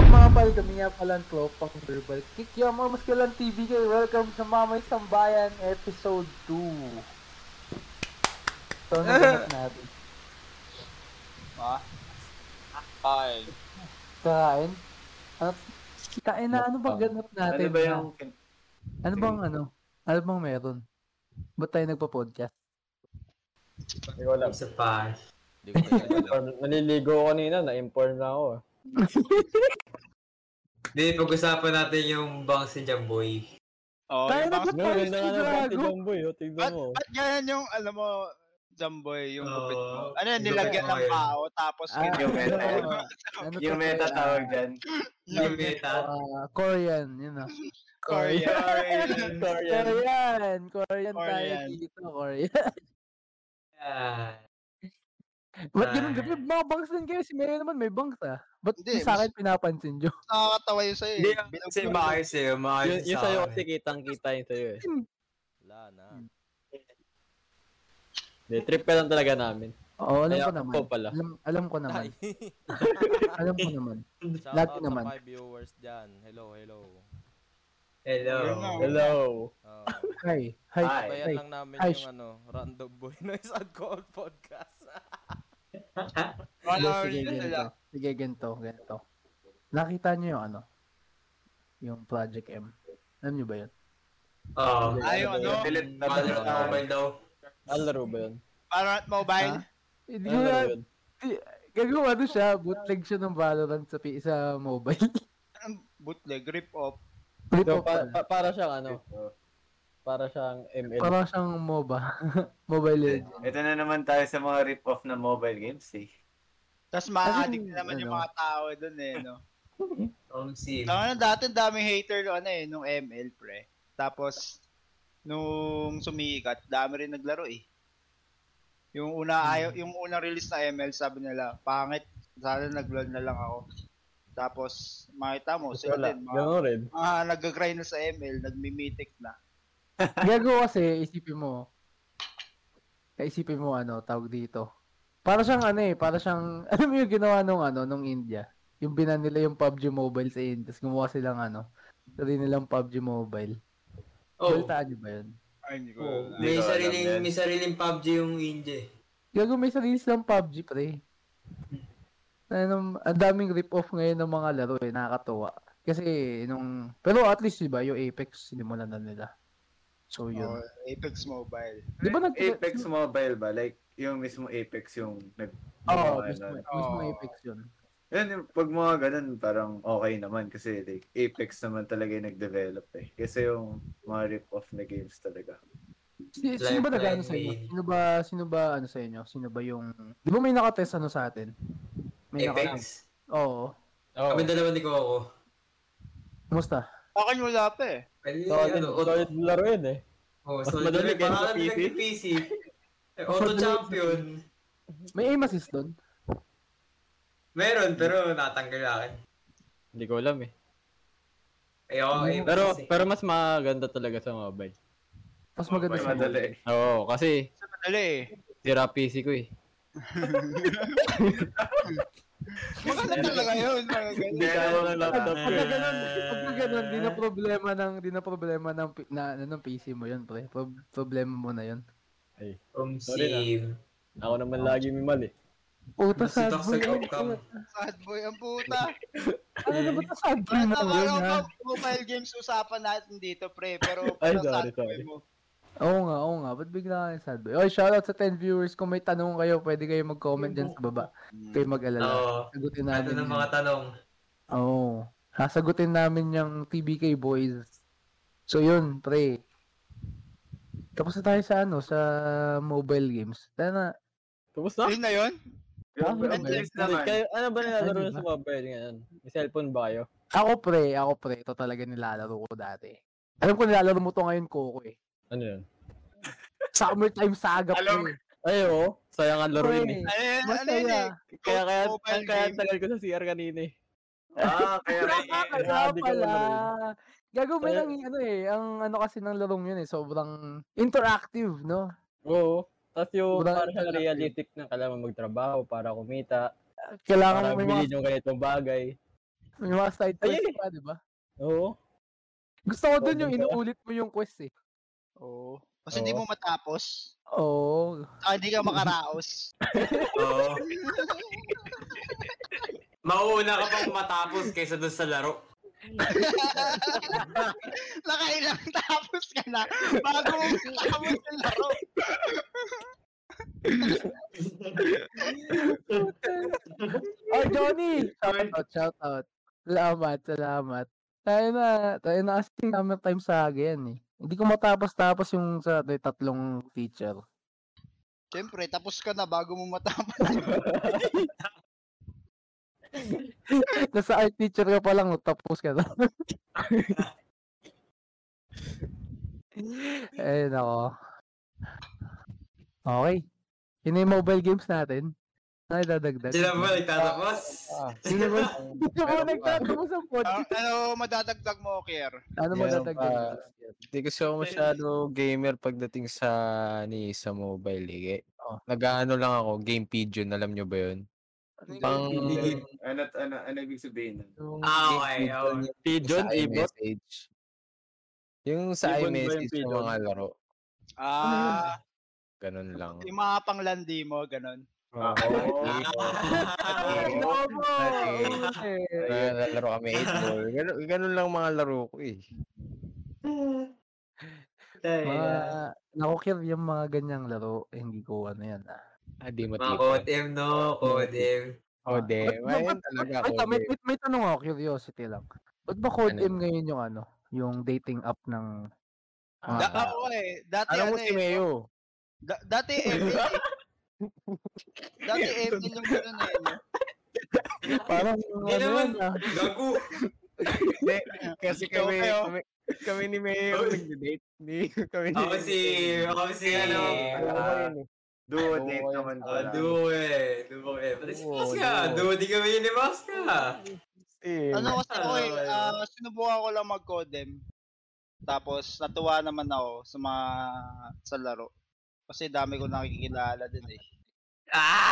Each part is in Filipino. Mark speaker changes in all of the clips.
Speaker 1: kami nga palang tropang verbal kick. Yung mga maskulang TV kayo, welcome sa Mamay Sambayan episode 2. So, naganap natin.
Speaker 2: Ah. Ay.
Speaker 1: Kain. At, kain na ano ba ganap natin?
Speaker 3: Ano ba yung...
Speaker 1: Ano bang ano? Ano bang meron? Ba't tayo nagpa-podcast?
Speaker 4: Hindi ko alam.
Speaker 3: Isa Ano pa.
Speaker 5: Hindi ko na
Speaker 4: Naliligo ko kanina, na-inform na ako.
Speaker 3: Hindi, pag-usapan natin yung bang si Jamboy.
Speaker 2: Oh,
Speaker 1: Tayo
Speaker 2: yung
Speaker 1: na
Speaker 2: mga-
Speaker 1: ba
Speaker 4: No,
Speaker 1: tayo
Speaker 4: ganda
Speaker 1: sa
Speaker 4: ka na pati
Speaker 1: Drago?
Speaker 4: Jomboy, oh, tignan
Speaker 2: Ba't,
Speaker 4: mo.
Speaker 2: ba't ganyan yung, alam mo, Jamboy, yung
Speaker 3: Oo.
Speaker 2: gupit mo? Ano yan,
Speaker 3: Yung
Speaker 2: nilagyan
Speaker 3: gupit mo
Speaker 2: ng
Speaker 3: yun.
Speaker 2: pao, tapos
Speaker 1: Ah,
Speaker 2: yun yung
Speaker 1: meta. Ano
Speaker 6: Yung
Speaker 1: to,
Speaker 6: meta
Speaker 1: Korean?
Speaker 6: tawag dyan.
Speaker 3: Yung meta.
Speaker 1: Ah, Korean, yun ah. know.
Speaker 2: Korean.
Speaker 4: Korean.
Speaker 1: Korean! Korean tayo
Speaker 2: Korean.
Speaker 1: dito, Korean.
Speaker 4: Ah.
Speaker 1: Ba't ganun gabi? Mga bangs din kayo. Si Mary naman may bangs ah. Ba't
Speaker 2: Hindi,
Speaker 1: sa akin pinapansin nyo?
Speaker 2: Nakakatawa yun sa'yo. eh.
Speaker 3: Hindi, yung-
Speaker 2: Bilog
Speaker 3: kasi
Speaker 2: na-
Speaker 3: maayos eh. Maayos
Speaker 4: Yun, yun sa'yo kasi
Speaker 3: akin.
Speaker 4: kitang-kita yun sa'yo eh.
Speaker 5: Wala na.
Speaker 1: Hmm.
Speaker 4: Hindi, trip ka lang talaga namin.
Speaker 1: Oo, alam
Speaker 4: Kaya
Speaker 1: ko naman.
Speaker 4: ako pala.
Speaker 1: Alam, alam ko naman.
Speaker 5: Ay.
Speaker 1: alam ko naman.
Speaker 5: Shout
Speaker 1: Lagi
Speaker 5: out
Speaker 1: naman.
Speaker 5: sa my viewers dyan. Hello, hello.
Speaker 3: Hello.
Speaker 2: Yun na.
Speaker 4: Hello.
Speaker 5: Oh.
Speaker 1: Hi.
Speaker 6: Hi.
Speaker 1: Hi. Hi.
Speaker 5: Bayan lang namin
Speaker 1: Ay, sh-
Speaker 5: yung ano, Random Boy Noise and Call Podcast.
Speaker 2: Wala
Speaker 1: sige,
Speaker 2: yun sila.
Speaker 1: ganito. Sige, ganito. Ganito. Nakita nyo yung ano? Yung Project M. Alam nyo ba yun?
Speaker 4: Ah.
Speaker 3: Oo.
Speaker 2: Ay, yung ano,
Speaker 6: Delete na
Speaker 3: Ano
Speaker 6: ba?
Speaker 3: na mobile daw?
Speaker 4: Ano laro ba yun?
Speaker 2: Valorant Mobile.
Speaker 1: Hindi
Speaker 4: Ano
Speaker 1: ko
Speaker 4: laro
Speaker 1: na-
Speaker 4: yun?
Speaker 1: Gagawa ano siya, bootleg siya ng Valorant sa, P- sa mobile.
Speaker 2: Ang Bootleg, rip-off.
Speaker 1: Flip
Speaker 4: So,
Speaker 1: off
Speaker 4: pa-
Speaker 1: pala.
Speaker 4: pa- para siyang ano? Para siyang ML.
Speaker 1: Parang siyang MOBA. mobile Legends.
Speaker 6: Ito na naman tayo sa mga rip-off na mobile games eh.
Speaker 2: Tapos
Speaker 1: Kasi,
Speaker 2: ma-addict na naman yung
Speaker 1: ano.
Speaker 2: mga tao dun eh, no?
Speaker 3: Ang sim.
Speaker 2: Tama na Ano, dati daming hater no, ano eh, nung ML pre. Tapos, nung sumikat, dami rin naglaro eh. Yung una ayaw, yung unang release na ML, sabi nila, pangit, sana nag na lang ako. Tapos, makita mo, sila
Speaker 4: Wala.
Speaker 2: din, mga,
Speaker 4: Ganun rin.
Speaker 2: mga nag-grind na sa ML, nagmi-mythic na.
Speaker 1: Gagawa kasi, isipin mo, isipin mo ano, tawag dito. Para siyang ano eh, para siyang, alam mo yung ginawa nung ano, nung India. Yung binan nila yung PUBG Mobile sa India, tapos gumawa silang ano, sarili nilang PUBG Mobile.
Speaker 3: Oh.
Speaker 1: Balitaan niyo ba yun?
Speaker 2: Ay, hindi ko
Speaker 3: Oh,
Speaker 2: alam.
Speaker 6: Hindi
Speaker 3: May
Speaker 6: ko alam
Speaker 3: sariling,
Speaker 6: yan.
Speaker 3: may sariling PUBG yung Inje.
Speaker 1: Gago may sarili silang PUBG pre. Ano, ang daming rip-off ngayon ng mga laro eh, nakakatuwa. Kasi nung, pero at least diba, yung Apex, sinimulan na nila. So
Speaker 2: Oh,
Speaker 1: yun.
Speaker 2: Apex Mobile.
Speaker 1: Di ba nag-
Speaker 6: Apex mobile ba? Like, yung mismo Apex yung nag...
Speaker 1: Oo, oh,
Speaker 6: mga
Speaker 1: mismo,
Speaker 6: ano.
Speaker 1: mismo
Speaker 2: Oo.
Speaker 1: Apex yun.
Speaker 6: Yun, yung- pag mga ganun, parang okay naman kasi like, Apex naman talaga yung nag-develop eh. Kasi yung mga rip-off na games talaga.
Speaker 1: Si, sino ba nag-ano
Speaker 3: Lifeline
Speaker 1: sa inyo?
Speaker 3: main.
Speaker 1: Sino ba, sino ba ano sa inyo? Sino ba yung... Di ba may nakatest ano sa atin? May nakatest.
Speaker 3: Apex.
Speaker 1: Oo.
Speaker 4: Oo.
Speaker 3: Kami dalawa ni Coco.
Speaker 1: Kumusta?
Speaker 2: Akin wala pa eh.
Speaker 3: Ay,
Speaker 4: Solid,
Speaker 3: ano, auto-
Speaker 4: solid laro yun eh.
Speaker 3: Oh,
Speaker 4: Mas
Speaker 3: so
Speaker 4: madali
Speaker 3: madali
Speaker 4: pa sa
Speaker 3: pa
Speaker 4: PC.
Speaker 3: PC. PC. Eh, Auto
Speaker 1: Madali.
Speaker 3: champion.
Speaker 1: May aim assist doon?
Speaker 3: Meron pero natanggal akin.
Speaker 4: Hindi ko alam eh.
Speaker 3: Eh ako eh.
Speaker 4: Pero,
Speaker 3: PC.
Speaker 4: pero mas maganda talaga sa mobile.
Speaker 1: Mas maganda
Speaker 6: Mas
Speaker 1: sa
Speaker 6: Oh, madali.
Speaker 4: Oo, kasi
Speaker 2: Madali eh.
Speaker 4: tira PC ko eh.
Speaker 2: Maganda talaga yun. mga ganun.
Speaker 6: Hindi
Speaker 4: kaya ng laptop.
Speaker 1: Pagka ganun, pagka ganun, di na problema ng, di na problema ng, pi- na, ano, ng PC mo yun, pre. Pro- problema mo na yun.
Speaker 3: From
Speaker 4: Sorry na.
Speaker 3: Sim.
Speaker 4: Ako naman lagi may mali.
Speaker 1: Puta sa
Speaker 3: Nasitok sa
Speaker 1: boy.
Speaker 3: Capcom.
Speaker 2: Sad boy ang puta.
Speaker 1: Ano na ba ito sad boy
Speaker 2: Ano
Speaker 1: mo
Speaker 2: ba
Speaker 1: yun, ha?
Speaker 2: yung mobile games usapan natin dito, pre? Pero
Speaker 4: Ay,
Speaker 2: pero
Speaker 4: sorry,
Speaker 2: sabi
Speaker 4: sorry.
Speaker 2: mo,
Speaker 1: Oo nga, oo nga. Ba't bigla ka yung sad boy? Oy, shoutout sa 10 viewers. Kung may tanong kayo, pwede kayo mag-comment dyan sa baba.
Speaker 2: Hmm.
Speaker 1: Kayo mag-alala.
Speaker 3: Oo.
Speaker 1: Sagutin
Speaker 3: Ano
Speaker 1: natin.
Speaker 3: ng
Speaker 1: yun.
Speaker 3: mga tanong?
Speaker 1: Oo. Oh, sasagutin namin yung TBK boys. So yun, pre. Tapos na tayo sa ano, sa mobile games. Tana.
Speaker 4: Tapos na?
Speaker 2: Yun na yun?
Speaker 1: Ah,
Speaker 6: Yung
Speaker 1: ano ba yun?
Speaker 6: Apex naman.
Speaker 4: Kayo, ano ba nilalaro
Speaker 1: Ano ba?
Speaker 4: na sa mobile ngayon? May cellphone ba kayo?
Speaker 1: Ako pre, ako pre, ito talaga nilalaro ko dati. Alam ko nilalaro mo to ngayon, Coco eh.
Speaker 4: Ano yun?
Speaker 1: Summertime saga pre.
Speaker 4: Ay, oo. Sayang ang laro yun eh.
Speaker 2: Ano yun? Ano yun?
Speaker 1: Masaya.
Speaker 2: eh?
Speaker 4: Kaya, kaya,
Speaker 2: Mobile
Speaker 4: kaya ang
Speaker 2: game.
Speaker 4: tagal ko sa CR kanina eh.
Speaker 6: Ah, kaya may...
Speaker 1: Ah, Kaya
Speaker 4: Grabe ka
Speaker 1: pala.
Speaker 4: naman
Speaker 1: Gago may
Speaker 4: Kaya-
Speaker 1: lang ano eh, ang ano kasi ng larong yun eh, sobrang interactive, no?
Speaker 4: Oo. Tapos yung
Speaker 1: Wala
Speaker 4: para
Speaker 1: ka
Speaker 4: siyang
Speaker 1: talaga.
Speaker 4: realistic na kailangan magtrabaho para kumita,
Speaker 1: Kailangan
Speaker 7: Ah,
Speaker 4: para
Speaker 1: mo may mga
Speaker 4: bilhin yung ganitong bagay.
Speaker 1: May mga side
Speaker 4: Ayun
Speaker 1: quest
Speaker 4: eh.
Speaker 1: pa, di ba?
Speaker 4: Oo.
Speaker 1: Gusto ko dun yung
Speaker 4: Sobrang
Speaker 1: inuulit mo yung quest eh.
Speaker 2: Oo. Kasi hindi
Speaker 4: Oo.
Speaker 2: mo matapos.
Speaker 1: Oo.
Speaker 2: Saka hindi ka makaraos.
Speaker 3: Oo. Mauuna ka pang matapos kaysa doon sa laro.
Speaker 2: Nakailang tapos ka na bago mo matapos yung laro.
Speaker 1: Oh, Johnny! Shout out, shout out. Salamat, salamat. Tayo na, tayo na kasi summer time sa akin eh. Hindi ko matapos-tapos yung sa yung tatlong feature.
Speaker 2: Siyempre, tapos ka na bago mo matapos.
Speaker 1: Nasa art teacher ka pa lang, oh, tapos ka na. eh, nako. Okay. Yun na yung mobile games natin. Ano yung dadagdag?
Speaker 3: Sila ba nagtatapos?
Speaker 4: Ah,
Speaker 2: Ano
Speaker 1: Sino ba? Sino ba
Speaker 4: Meron pa.
Speaker 1: nagtatapos ang
Speaker 2: Ah,
Speaker 1: podcast?
Speaker 2: ano, madadagdag mo, Kier?
Speaker 1: Ano mo
Speaker 7: Meron
Speaker 1: dadagdag?
Speaker 7: pa. Hindi kasi ako masyado gamer pagdating sa ni sa mobile eh.
Speaker 1: Oh.
Speaker 7: Nag-ano lang ako, game pigeon, alam nyo ba yun?
Speaker 1: Ano yung
Speaker 7: Pang-
Speaker 1: dadagdag?
Speaker 6: Ano, ano, ano ibig sabihin? nun?
Speaker 1: Yung-
Speaker 3: Ah, okay.
Speaker 7: Game
Speaker 3: oo.
Speaker 7: pigeon yung
Speaker 4: Pigeon,
Speaker 7: sa
Speaker 4: ibot.
Speaker 7: iMessage. Yung sa
Speaker 4: Ibon ba yung
Speaker 7: iMessage ng
Speaker 4: pigeon?
Speaker 7: mga laro,
Speaker 2: Ah,
Speaker 7: ganun lang.
Speaker 2: yung mga panglandi mo, ganun. Ano?
Speaker 6: Ah, oo.
Speaker 2: Ah,
Speaker 1: Ay,
Speaker 6: Oo.
Speaker 1: nako! Eh,
Speaker 7: Ayun, laro kami 8 ball. Ganun, ganun lang mga laro ko eh.
Speaker 3: Tayo.
Speaker 1: Mga, nakukir yung mga ganyang laro, eh, hindi ko ano yan ah.
Speaker 7: Ah, di mo
Speaker 3: Mga
Speaker 7: tipo.
Speaker 3: code M, no? Code M.
Speaker 7: Oh, de.
Speaker 1: Ba't- ba't-
Speaker 7: Ayun
Speaker 1: ba't-
Speaker 7: talaga
Speaker 1: Wait,
Speaker 7: ako.
Speaker 1: ah, may, may, may tanong ako, curiosity lang. Ba't ba Code
Speaker 7: Ano
Speaker 1: M
Speaker 7: yun?
Speaker 1: ngayon yung ano, yung dating app ng...
Speaker 7: Ah,
Speaker 2: Da- ako eh, dati
Speaker 7: Alam mo
Speaker 2: ano
Speaker 7: si
Speaker 2: eh,
Speaker 7: Mayo.
Speaker 2: da- dati ML eh. dati ML yung ganun eh. no?
Speaker 1: Parang yung
Speaker 3: Hindi
Speaker 1: ano
Speaker 3: naman.
Speaker 1: yun ah.
Speaker 3: Gago.
Speaker 7: Hindi, kasi
Speaker 2: Ikaw
Speaker 7: kami,
Speaker 2: kayo.
Speaker 7: kami, kami ni Mayo
Speaker 3: Oy.
Speaker 7: nag-date. Hindi, kami ni
Speaker 3: Ako si... Ako si
Speaker 1: Eh,
Speaker 7: Eh.
Speaker 3: ano...
Speaker 7: Ah,
Speaker 6: Do
Speaker 7: Oo,
Speaker 6: it late
Speaker 7: yun.
Speaker 6: naman
Speaker 3: Ah,
Speaker 6: pala.
Speaker 3: duo eh. Duo eh. Pati si
Speaker 7: Duo,
Speaker 3: Pasca.
Speaker 7: duo.
Speaker 3: Duo, di kami ni Pasca.
Speaker 7: si-
Speaker 2: Ano kasi ako eh,
Speaker 3: Ay.
Speaker 2: ah, sinubukan ko lang mag-codem. Tapos natuwa naman ako sa mga sa laro. Kasi dami ko nakikilala din eh.
Speaker 3: Ah!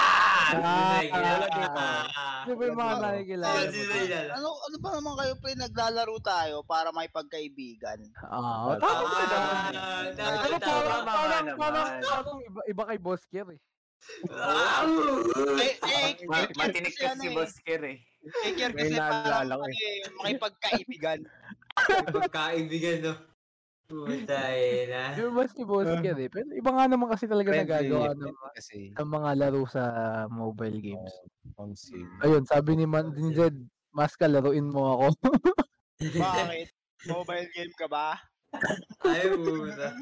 Speaker 1: Ah,
Speaker 3: Duo na Ah.
Speaker 1: Ano ba yung mga
Speaker 2: Ano?
Speaker 1: nakikilala
Speaker 3: Ano
Speaker 1: mo?
Speaker 3: si Zaylan?
Speaker 2: Ano ano ba naman kayo pre naglalaro tayo para may pagkaibigan?
Speaker 6: Eh,
Speaker 1: Ah,
Speaker 7: Ah,
Speaker 1: tama ka naman.
Speaker 3: Ah,
Speaker 1: Ano
Speaker 3: tama,
Speaker 1: parang,
Speaker 3: tama.
Speaker 1: parang,
Speaker 6: naman.
Speaker 1: parang, parang iba, iba kay Boss Kier eh.
Speaker 3: Ah!
Speaker 2: Eh, eh,
Speaker 6: Ma-
Speaker 2: eh,
Speaker 6: matinik
Speaker 2: kasi
Speaker 6: kasi
Speaker 2: ano
Speaker 6: si
Speaker 2: eh,
Speaker 6: Boss Kir eh.
Speaker 2: eh, Kier
Speaker 7: May
Speaker 2: kasi parang
Speaker 7: naalala ko
Speaker 2: ano eh, makipagkaibigan.
Speaker 3: Pagkaibigan, no? Puta eh, na.
Speaker 1: Yung Boss ni Boss Kier eh. Pero iba nga naman kasi talaga nagagawa
Speaker 7: friendly,
Speaker 1: ng,
Speaker 7: friendly kasi.
Speaker 1: ng mga laro sa mobile games.
Speaker 7: Um, si
Speaker 1: Ayun, sabi ni Man ni Jed, Maska, laruin mo ako.
Speaker 2: Bakit? Mobile game ka ba?
Speaker 3: Ay, puta.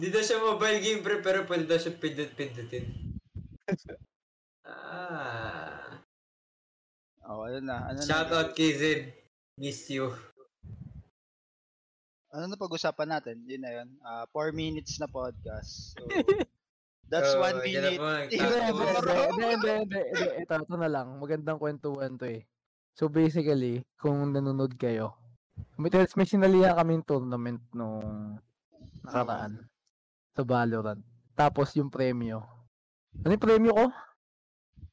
Speaker 3: Hindi daw siya mobile game, pre, pero pwede daw siya pindot-pindutin. Ah.
Speaker 2: Oh, ano na? Ano
Speaker 3: Shout
Speaker 2: na?
Speaker 3: out kay Zed. Miss you.
Speaker 2: Ano na pag-usapan natin? Yun na yun. Ah, four minutes na podcast. So, that's
Speaker 3: Oh, yun na
Speaker 2: one minute.
Speaker 3: po,
Speaker 1: Hindi, hindi,
Speaker 3: nagtatapos.
Speaker 1: hindi, hindi, hindi, hindi, hindi, ito, ito na lang. Magandang kwentuhan to eh. So basically, kung nanonood kayo, may, tas- may sinalihan kaming tournament nung nakaraan sa Valorant. Tapos yung premyo. Ano yung premyo ko?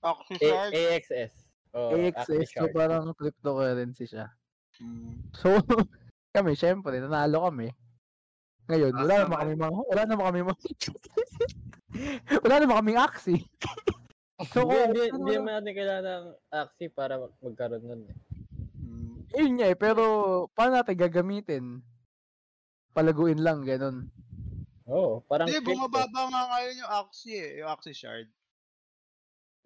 Speaker 2: Oxy
Speaker 3: Eh,
Speaker 4: A-
Speaker 2: Shark.
Speaker 4: AXS. Oh,
Speaker 1: AXS. So
Speaker 4: AXS.
Speaker 1: parang cryptocurrency siya.
Speaker 3: eh.
Speaker 2: Mm.
Speaker 1: So, kami, syempre, nanalo kami. Ngayon, wala
Speaker 6: Ah,
Speaker 1: naman kami mga, wala naman kami mga, wala naman kaming aksi. so, kung-
Speaker 4: Hindi,
Speaker 1: ano,
Speaker 4: hindi, hindi naman natin kailangan ng Axie para mag- magkaroon nun eh.
Speaker 2: Mm.
Speaker 1: Yun nga eh, pero paano natin gagamitin? Palaguin lang, ganun.
Speaker 4: Oo, Oh, parang...
Speaker 2: Hindi,
Speaker 4: crypto.
Speaker 2: bumababa nga ngayon yung Axie eh. Yung Axie Shard.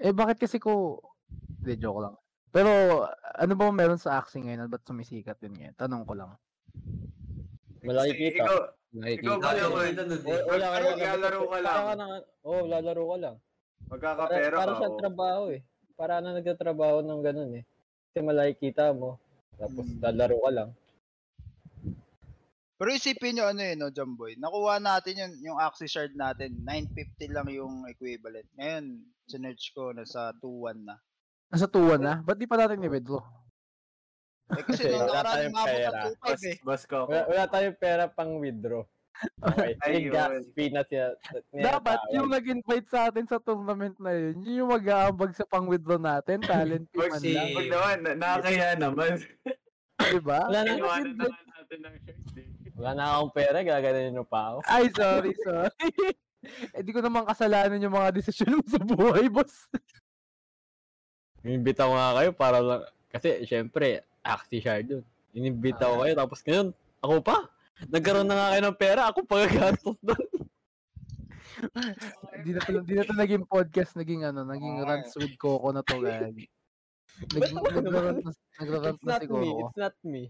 Speaker 1: Eh, bakit kasi ko... Hindi, joke lang. Pero, ano ba meron sa Axie ngayon? at Ba't sumisikat yun ngayon? Tanong ko lang.
Speaker 4: Malaki
Speaker 6: Kasi
Speaker 4: kita.
Speaker 6: Ikaw,
Speaker 7: Nakikita
Speaker 6: ikaw ba
Speaker 3: Wala ko
Speaker 6: naman?
Speaker 3: ito nun eh.
Speaker 4: O- Wala ka
Speaker 6: Pero maglalaro ka lang.
Speaker 4: Oo, oh, lalaro ka lang. Para,
Speaker 6: Magkakapera
Speaker 4: para
Speaker 6: ka
Speaker 4: sa
Speaker 6: o.
Speaker 4: trabaho eh. Para na nagtatrabaho ng ganun eh. Kasi malaki kita mo. Tapos
Speaker 1: Hmm.
Speaker 2: Mm.
Speaker 4: lalaro ka lang.
Speaker 2: Pero isipin nyo ano yun, no, Jumboy. Nakuha natin yung, yung Axie Shard natin. 950 lang yung equivalent. Ngayon, sinerch ko, nasa 2-1 na.
Speaker 1: Nasa 2-1 na? Ba't di pa natin i-withdraw?
Speaker 2: Eh kasi
Speaker 4: Kasi wala
Speaker 2: nung nakaraan,
Speaker 4: tayong
Speaker 2: umabot
Speaker 4: pera.
Speaker 2: ng 2-5
Speaker 6: Boss,
Speaker 2: eh.
Speaker 6: boss ko ako.
Speaker 4: Wala, wala tayong pera pang withdraw. Okay.
Speaker 6: Ayun.
Speaker 4: Nag-gaspi na siya.
Speaker 1: Dapat yung nag-invite sa atin sa tournament na yun, yun yung mag-aabag sa pang-withdraw natin, talent fee
Speaker 6: Or
Speaker 1: man
Speaker 3: si-
Speaker 1: lang,
Speaker 6: Huwag naman, na- nakakaya naman.
Speaker 1: di ba?
Speaker 4: Wala na,
Speaker 8: Iwanan na lang natin ng shirt eh.
Speaker 4: wala na akong pera, gaganan yung pa ako.
Speaker 1: Ay, sorry, sorry. Eh, di ko naman kasalanan yung mga desisyon mo sa buhay, boss.
Speaker 4: Inimbita ko nga kayo para lang. Kasi, syempre, aksi shard yun. Inimbita ko kayo, tapos ngayon, ako pa? Nagkaroon na nga kayo ng pera, ako pagagastos doon.
Speaker 1: Hindi na, to- di na to naging podcast, naging ano, naging
Speaker 2: Oo nga
Speaker 1: rants with Coco na to, gagi. Nag,
Speaker 4: Oh. Ba't ako
Speaker 1: nagrarant na, nagrarant
Speaker 4: It's
Speaker 1: na
Speaker 4: not
Speaker 1: si
Speaker 4: me,
Speaker 1: Coco.
Speaker 4: it's not me.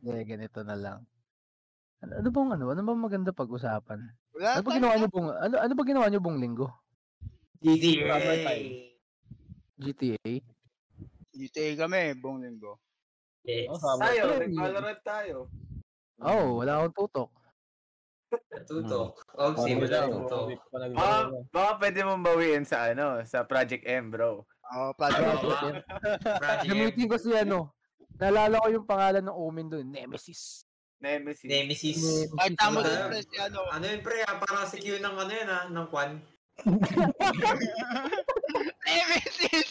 Speaker 1: Hindi, ganito na lang. Ano, ano bang ano? Ano bang maganda pag-usapan?
Speaker 2: Wala
Speaker 4: Ah,
Speaker 1: Ano ba
Speaker 2: tayo.
Speaker 1: ginawa niyo bang ano ano ba ginawa niyo bang linggo?
Speaker 3: GTA.
Speaker 1: GTA?
Speaker 2: GTA kami, buong linggo.
Speaker 3: Yes.
Speaker 4: Oh, tama.
Speaker 6: Tayo,
Speaker 1: Ayun.
Speaker 6: nag-Valorant tayo.
Speaker 4: Hmm.
Speaker 1: Oh, wala akong tutok.
Speaker 3: Tutok. Oh, simula tutok.
Speaker 4: Ah!
Speaker 6: Baka, baka pwede mong bawiin sa ano, sa Project M, bro.
Speaker 2: Oo, Project
Speaker 3: Oo.
Speaker 2: M.
Speaker 3: Project
Speaker 1: Gamitin ko si ano. Naalala ko yung pangalan ng Omen doon, Nemesis.
Speaker 6: Nemesis.
Speaker 3: Nemesis.
Speaker 2: Ay, tama
Speaker 3: Wala.
Speaker 2: din pre, si ano.
Speaker 3: Ano yun, pre? ah, Parang si Q ng ano yun, ah, ng Kwan.
Speaker 2: Nemesis!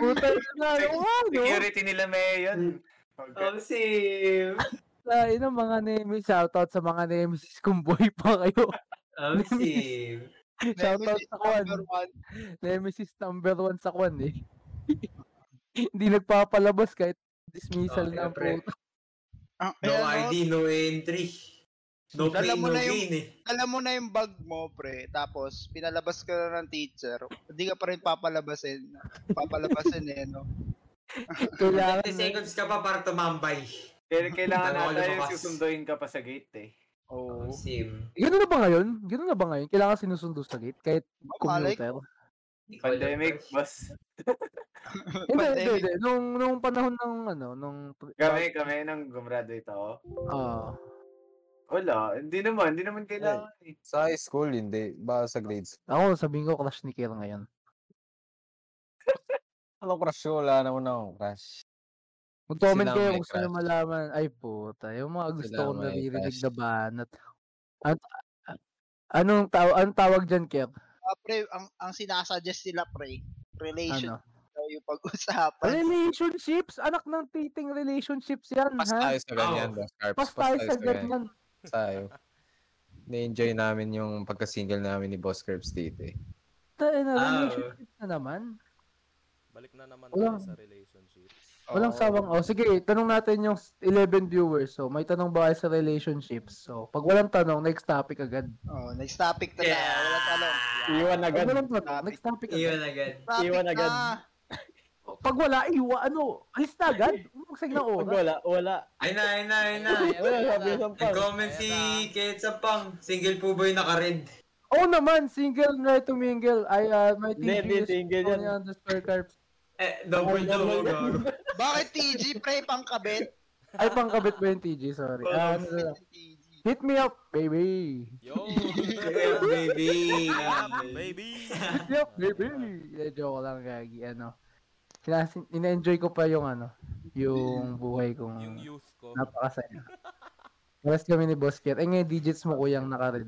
Speaker 1: Puta yun na, ano nga, no?
Speaker 6: Security nila may
Speaker 1: Hmm.
Speaker 6: yun. Okay.
Speaker 3: Oh, sim.
Speaker 1: Sa ina, mga Nemesis, shoutout sa mga Nemesis kung buhay pa kayo.
Speaker 3: Oh, sim.
Speaker 1: shoutout
Speaker 2: Nemesis
Speaker 1: sa Kwan.
Speaker 2: number one.
Speaker 1: Nemesis number one sa Kwan eh. Hindi nagpapalabas kahit dismissal
Speaker 2: Oh,
Speaker 3: Okay,
Speaker 1: na ang
Speaker 3: pre.
Speaker 1: puta. Ah,
Speaker 2: Ang-
Speaker 3: No
Speaker 2: ayan, no?
Speaker 3: ID, no entry. No
Speaker 2: Dala
Speaker 3: pain,
Speaker 2: mo
Speaker 3: no
Speaker 2: na yung-
Speaker 3: gain eh.
Speaker 2: Alam mo na yung bag mo, pre. Tapos, pinalabas ka na ng teacher. Hindi ka pa rin papalabasin. Papalabasin eh, no?
Speaker 1: Kailangan
Speaker 3: 30 seconds ka pa para tumambay.
Speaker 6: Pero kailangan
Speaker 3: Dalawa
Speaker 6: nata yung
Speaker 3: lumabas.
Speaker 6: susunduin ka pa sa gate eh.
Speaker 2: Oo.
Speaker 3: Oh, sim.
Speaker 1: Gano'n na ba ngayon? Gano'n na ba ngayon? Kailangan sinusundo sa gate kahit
Speaker 2: Malay
Speaker 1: commuter?
Speaker 3: Hindi ko alam,
Speaker 6: Pandemic,
Speaker 3: pre.
Speaker 6: boss.
Speaker 1: Hindi, hindi,
Speaker 2: Pandemic.
Speaker 1: hindi. Nung, nung panahon ng ano, nung...
Speaker 6: Kami, kami nang gumraduate ako.
Speaker 1: Ah,
Speaker 6: Wala, hindi naman, hindi naman kailangan eh.
Speaker 7: Sa high school, hindi. Ba sa grades?
Speaker 1: ako, sabihin ko, crush ni Kiel ngayon.
Speaker 7: Ano crush yun? Wala naman akong crush.
Speaker 1: Mag-comment
Speaker 7: Sila ang
Speaker 1: kayo
Speaker 7: may
Speaker 1: kung gusto nyo
Speaker 7: crush.
Speaker 1: malaman. Ay puta, yung mga gusto
Speaker 7: Sila ang
Speaker 1: kong
Speaker 7: may
Speaker 1: naririnig
Speaker 7: crush.
Speaker 1: na banat. At, a- anong, taw- anong tawag dyan, Kev?
Speaker 2: Ah, pre, ang, ang sinasuggest nila, pre, relation
Speaker 1: Ano?
Speaker 2: daw yung pag-usapan.
Speaker 1: Relationships? Anak ng titing relationships yan,
Speaker 7: Pas
Speaker 1: ha?
Speaker 7: tayo sa ganyan,
Speaker 3: Oo.
Speaker 7: Boss Carps.
Speaker 1: Pas tayo sa ganyan.
Speaker 7: Pas tayo. Na-enjoy namin yung pagka-single namin ni Boss Carps dito eh.
Speaker 1: Tayo na,
Speaker 3: Ah,
Speaker 1: relationships na naman.
Speaker 5: Balik na naman
Speaker 1: Wala.
Speaker 5: tayo sa relationship.
Speaker 1: Walang sawang. Oh, sige, tanong natin yung s- 11 viewers. So, may tanong ba kayo sa relationships? So, pag walang tanong, next topic agad.
Speaker 2: Oh, next topic na tayo. Wala tanong.
Speaker 4: Iwan agad.
Speaker 1: Pag walang tanong,
Speaker 2: Topic.
Speaker 1: next topic agad.
Speaker 3: Iyon agad.
Speaker 2: Topic
Speaker 4: Iwan agad.
Speaker 2: na.
Speaker 1: Oh, Pag wala, iwa, ano, alis na agad. Magsag na
Speaker 4: Pag
Speaker 1: oras.
Speaker 4: wala, wala.
Speaker 3: Ay na, ay na, ay na.
Speaker 4: Wala, sabi isang pang.
Speaker 3: Nag-comment si Ketsa Pang. Single po ba yung naka-red?
Speaker 1: Oo Oh, naman, single na to mingle. I, uh, my
Speaker 4: Hindi, hindi,
Speaker 1: TG is
Speaker 4: single yan.
Speaker 1: Tony underscore carp.
Speaker 3: Eh, double double. gago.
Speaker 2: Bakit TG, pre, pangkabit?
Speaker 1: Ay, pangkabit ba yung TG? Sorry. Ah, ano na lang.
Speaker 2: TG.
Speaker 1: hit me up, baby.
Speaker 5: Yo!
Speaker 3: Yeah, baby.
Speaker 5: Yeah, baby!
Speaker 1: Hit me up, baby. Yeah, joke lang, Gagi. Ano, Kinasin, ina-enjoy ko pa yung ano, yung buhay kong...
Speaker 5: Yung youth ko.
Speaker 1: Napakasaya. Pares kami ni Boss Kier. Eh ngayon, digits mo kuyang naka-red.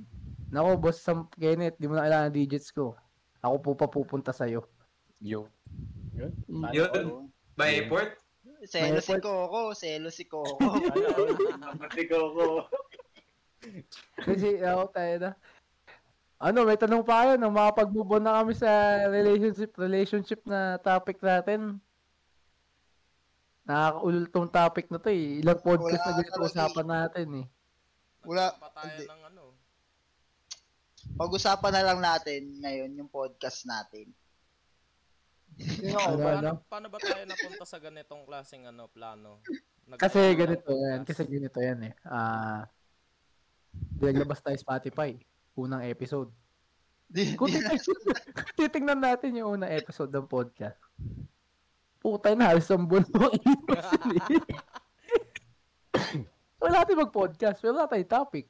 Speaker 1: Nako, Boss Sam Kenneth, di mo na kailangan ng digits ko. Ako po pa pupunta sa'yo.
Speaker 7: Yo.
Speaker 3: Yun, by airport?
Speaker 2: Selos
Speaker 1: May
Speaker 2: si
Speaker 1: effort.
Speaker 2: Coco, selos si Coco.
Speaker 6: Pati ko ko.
Speaker 1: Kasi ako tayo na. Ano, may tanong pa kayo, no? Makapag-move on na kami sa relationship, relationship na topic natin. Nakakaulol tong topic na to eh. Ilang podcast
Speaker 2: Wala
Speaker 1: na ganito
Speaker 2: talaga eh.
Speaker 1: usapan natin eh.
Speaker 2: Wala.
Speaker 5: Nagkaroon pa tayo
Speaker 2: Hindi.
Speaker 5: ng ano.
Speaker 2: Pag-usapan na lang natin ngayon yung podcast natin.
Speaker 1: Ano,
Speaker 5: Paano,
Speaker 1: ano?
Speaker 5: paano ba tayo napunta sa ganitong klaseng ano, plano? Nag-
Speaker 1: Kasi
Speaker 5: ano lang,
Speaker 1: ganito yan.
Speaker 5: podcast.
Speaker 1: Kasi ganito yan eh. Ah, Naglabas tayo Spotify. Unang episode.
Speaker 2: Di,
Speaker 1: Kung
Speaker 2: di,
Speaker 1: titignan, titignan natin yung unang episode ng podcast. Putay na, halos ang buwan mo inipas yun eh. Wala tayong mag-podcast. Wala tayong topic.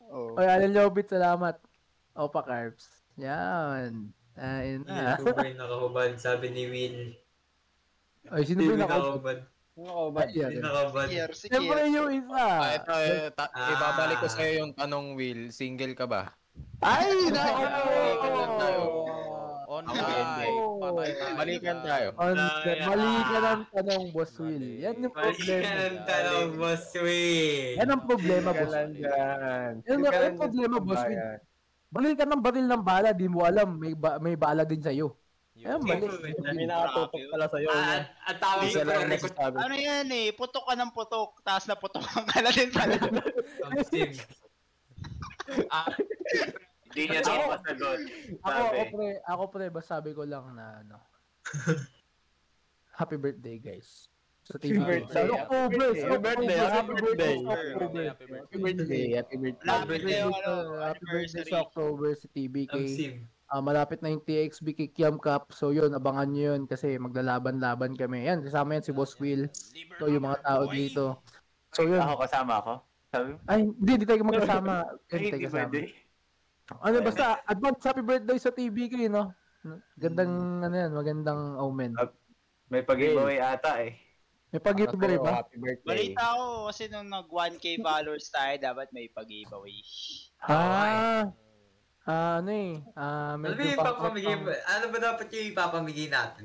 Speaker 2: oh.
Speaker 1: Oy, Alan Lobit, salamat. Opa Carbs. Yan. Ayun na.
Speaker 3: Ito ba yung nakahubad? Sabi ni Will.
Speaker 1: Ay, sino Ano ba
Speaker 3: Hindi
Speaker 1: yung nakaupad?
Speaker 3: nakabad.
Speaker 1: Ay, yan.
Speaker 3: Hindi nakabad.
Speaker 2: Kier, si
Speaker 1: Siyempre
Speaker 2: Kier.
Speaker 1: yung isa.
Speaker 7: Ah, ito, eh, ta-
Speaker 3: Ah.
Speaker 7: ibabalik ko sa'yo yung tanong, Will. Single ka ba?
Speaker 1: Ay,
Speaker 5: Ay, balikan lang tayo.
Speaker 1: nako!
Speaker 5: Online.
Speaker 1: Oh.
Speaker 5: Patay tayo.
Speaker 7: Balikan tayo.
Speaker 1: Onset.
Speaker 3: Tama.
Speaker 1: Mali ka ng tanong, Boss Will. Yan yung
Speaker 3: ah. Mali ka
Speaker 1: problema. Ano,
Speaker 3: ng tanong, boss Win.
Speaker 1: Yan ang problema,
Speaker 6: Ka
Speaker 1: Boss
Speaker 6: lang
Speaker 1: Will.
Speaker 6: dyan.
Speaker 1: Yan ang-
Speaker 6: Ka lang
Speaker 1: yan ang problema,
Speaker 6: dyan,
Speaker 1: boss.
Speaker 6: bayan.
Speaker 1: Bali ka ng baril ng bala, di mo alam. May, ba- may bala din sa'yo. Ayan, mali.
Speaker 4: May nakatutok pala sa'yo.
Speaker 3: Ah, Ano, At, at tawag
Speaker 7: Isa lang ang
Speaker 3: ko
Speaker 7: masasabi.
Speaker 2: Ano yan eh, putok ka ng putok, taas na putok ka na din pala.
Speaker 3: Sim. Ah,
Speaker 8: Hindi niya daw masagot.
Speaker 1: Ako,
Speaker 8: Sabi.
Speaker 1: ako pre, ako pre, basta sabi ko lang na ano. Happy birthday, guys. Sa TV.
Speaker 7: birthday.
Speaker 1: Sa October. sa
Speaker 7: Happy birthday,
Speaker 1: October,
Speaker 7: happy birthday.
Speaker 1: sa October.
Speaker 5: Happy
Speaker 1: Happy birthday.
Speaker 7: happy birthday.
Speaker 1: Happy
Speaker 2: Lapit na
Speaker 1: birthday.
Speaker 2: yung
Speaker 1: sa-
Speaker 2: ano,
Speaker 1: Happy birthday
Speaker 2: anniversary.
Speaker 1: sa October sa TBK.
Speaker 3: ang sim.
Speaker 1: Ah, malapit na yung TXB Kikiam Cup. So yun, abangan nyo yun kasi maglalaban-laban kami. Yan, kasama yan si Boss Will. So yung mga tao dito. So yun.
Speaker 9: Ako kasama ako. Sabi mo,
Speaker 1: Ay, hindi, hindi tayo magkasama. Ah.
Speaker 9: ay,
Speaker 1: Hindi tayo
Speaker 9: hindi
Speaker 1: kasama.
Speaker 9: pwede.
Speaker 1: Ano, basta advance happy birthday sa TBK, no? Gandang, ano yan, magandang omen.
Speaker 9: May pag-giveaway ata eh.
Speaker 1: May pag-giveaway
Speaker 4: Diba?
Speaker 1: ba?
Speaker 7: Happy birthday.
Speaker 2: Balita ako kasi nung nag 1k followers tayo, dapat may pag-giveaway.
Speaker 1: Ah, ah, ano eh. Ah,
Speaker 3: Ano ba
Speaker 1: medyo
Speaker 3: yung
Speaker 1: pang-
Speaker 3: ipapamigay mo? Ano ba dapat yung ipapamigay natin?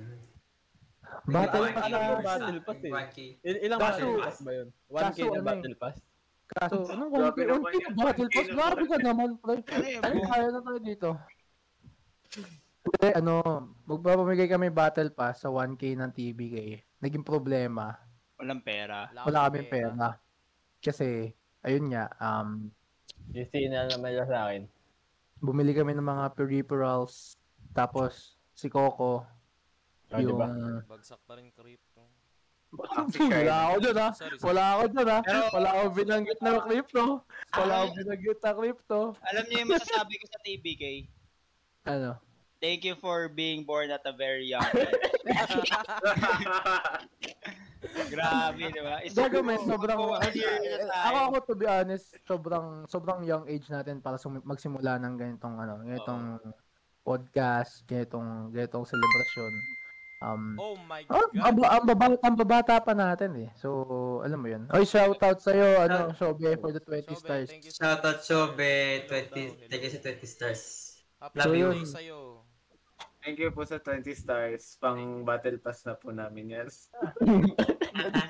Speaker 1: Battle
Speaker 3: Yung
Speaker 1: pass
Speaker 4: lang yung
Speaker 1: lang.
Speaker 4: battle pass eh.
Speaker 3: 1K.
Speaker 4: Il- ilang
Speaker 1: Kaso-
Speaker 4: battle pass ba yun? 1K
Speaker 1: kaso
Speaker 4: na
Speaker 1: ano eh.
Speaker 4: battle pass?
Speaker 1: Kaso, anong
Speaker 8: Grabe
Speaker 1: konti?
Speaker 8: naman
Speaker 1: Konti
Speaker 8: yan.
Speaker 1: na battle
Speaker 8: Konti
Speaker 1: pass?
Speaker 8: na
Speaker 1: Grabe ka naman, pre.
Speaker 2: Ano yun,
Speaker 1: Ay, kaya na tayo dito. Pre, ano, magpapamigay kami battle pass sa 1K ng TBK. Naging problema.
Speaker 2: Walang pera.
Speaker 5: Ah,
Speaker 1: Wala kaming pera. Kasi, ayun nga, um,
Speaker 4: Yung sinal naman nila sa akin.
Speaker 1: bumili kami ng mga peripherals. Tapos, si Coco,
Speaker 4: Oh, di ba?
Speaker 5: Bagsak pa rin creep. no?
Speaker 1: wala ako dyan ha.
Speaker 5: Sorry, sorry.
Speaker 1: Wala ako dyan ha. Wala ako binanggit na crypto. Wala ako binanggit na crypto.
Speaker 2: Alam niyo yung masasabi ko sa TBK?
Speaker 1: Ano?
Speaker 2: Thank you for being born at a very young age. Grabe, di ba? Isang
Speaker 1: Gagawin, sobrang... ano, eh,
Speaker 2: one year
Speaker 1: Ako,
Speaker 2: na ano tayo.
Speaker 1: ako, to be honest, sobrang, sobrang young age natin para sum- magsimula ng ganitong, ano, ganitong podcast, ganitong, ganitong celebration. Um,
Speaker 5: Oh my
Speaker 1: Oh, ang,
Speaker 5: god.
Speaker 1: ba- ang, baba, ang babata pa natin eh. So, alam mo yun. Oy, shout out sa'yo, ano, Shobe, for the 20
Speaker 5: Sobe,
Speaker 1: stars.
Speaker 5: thank you so
Speaker 3: Shoutout Shobe,
Speaker 5: Hello
Speaker 3: 20,
Speaker 5: daw,
Speaker 3: thank you sa 20 stars.
Speaker 5: Happy
Speaker 3: Love
Speaker 1: you.
Speaker 5: birthday sa'yo.
Speaker 6: Thank you po sa 20 stars. Pang battle pass na po namin yan.
Speaker 1: Ah,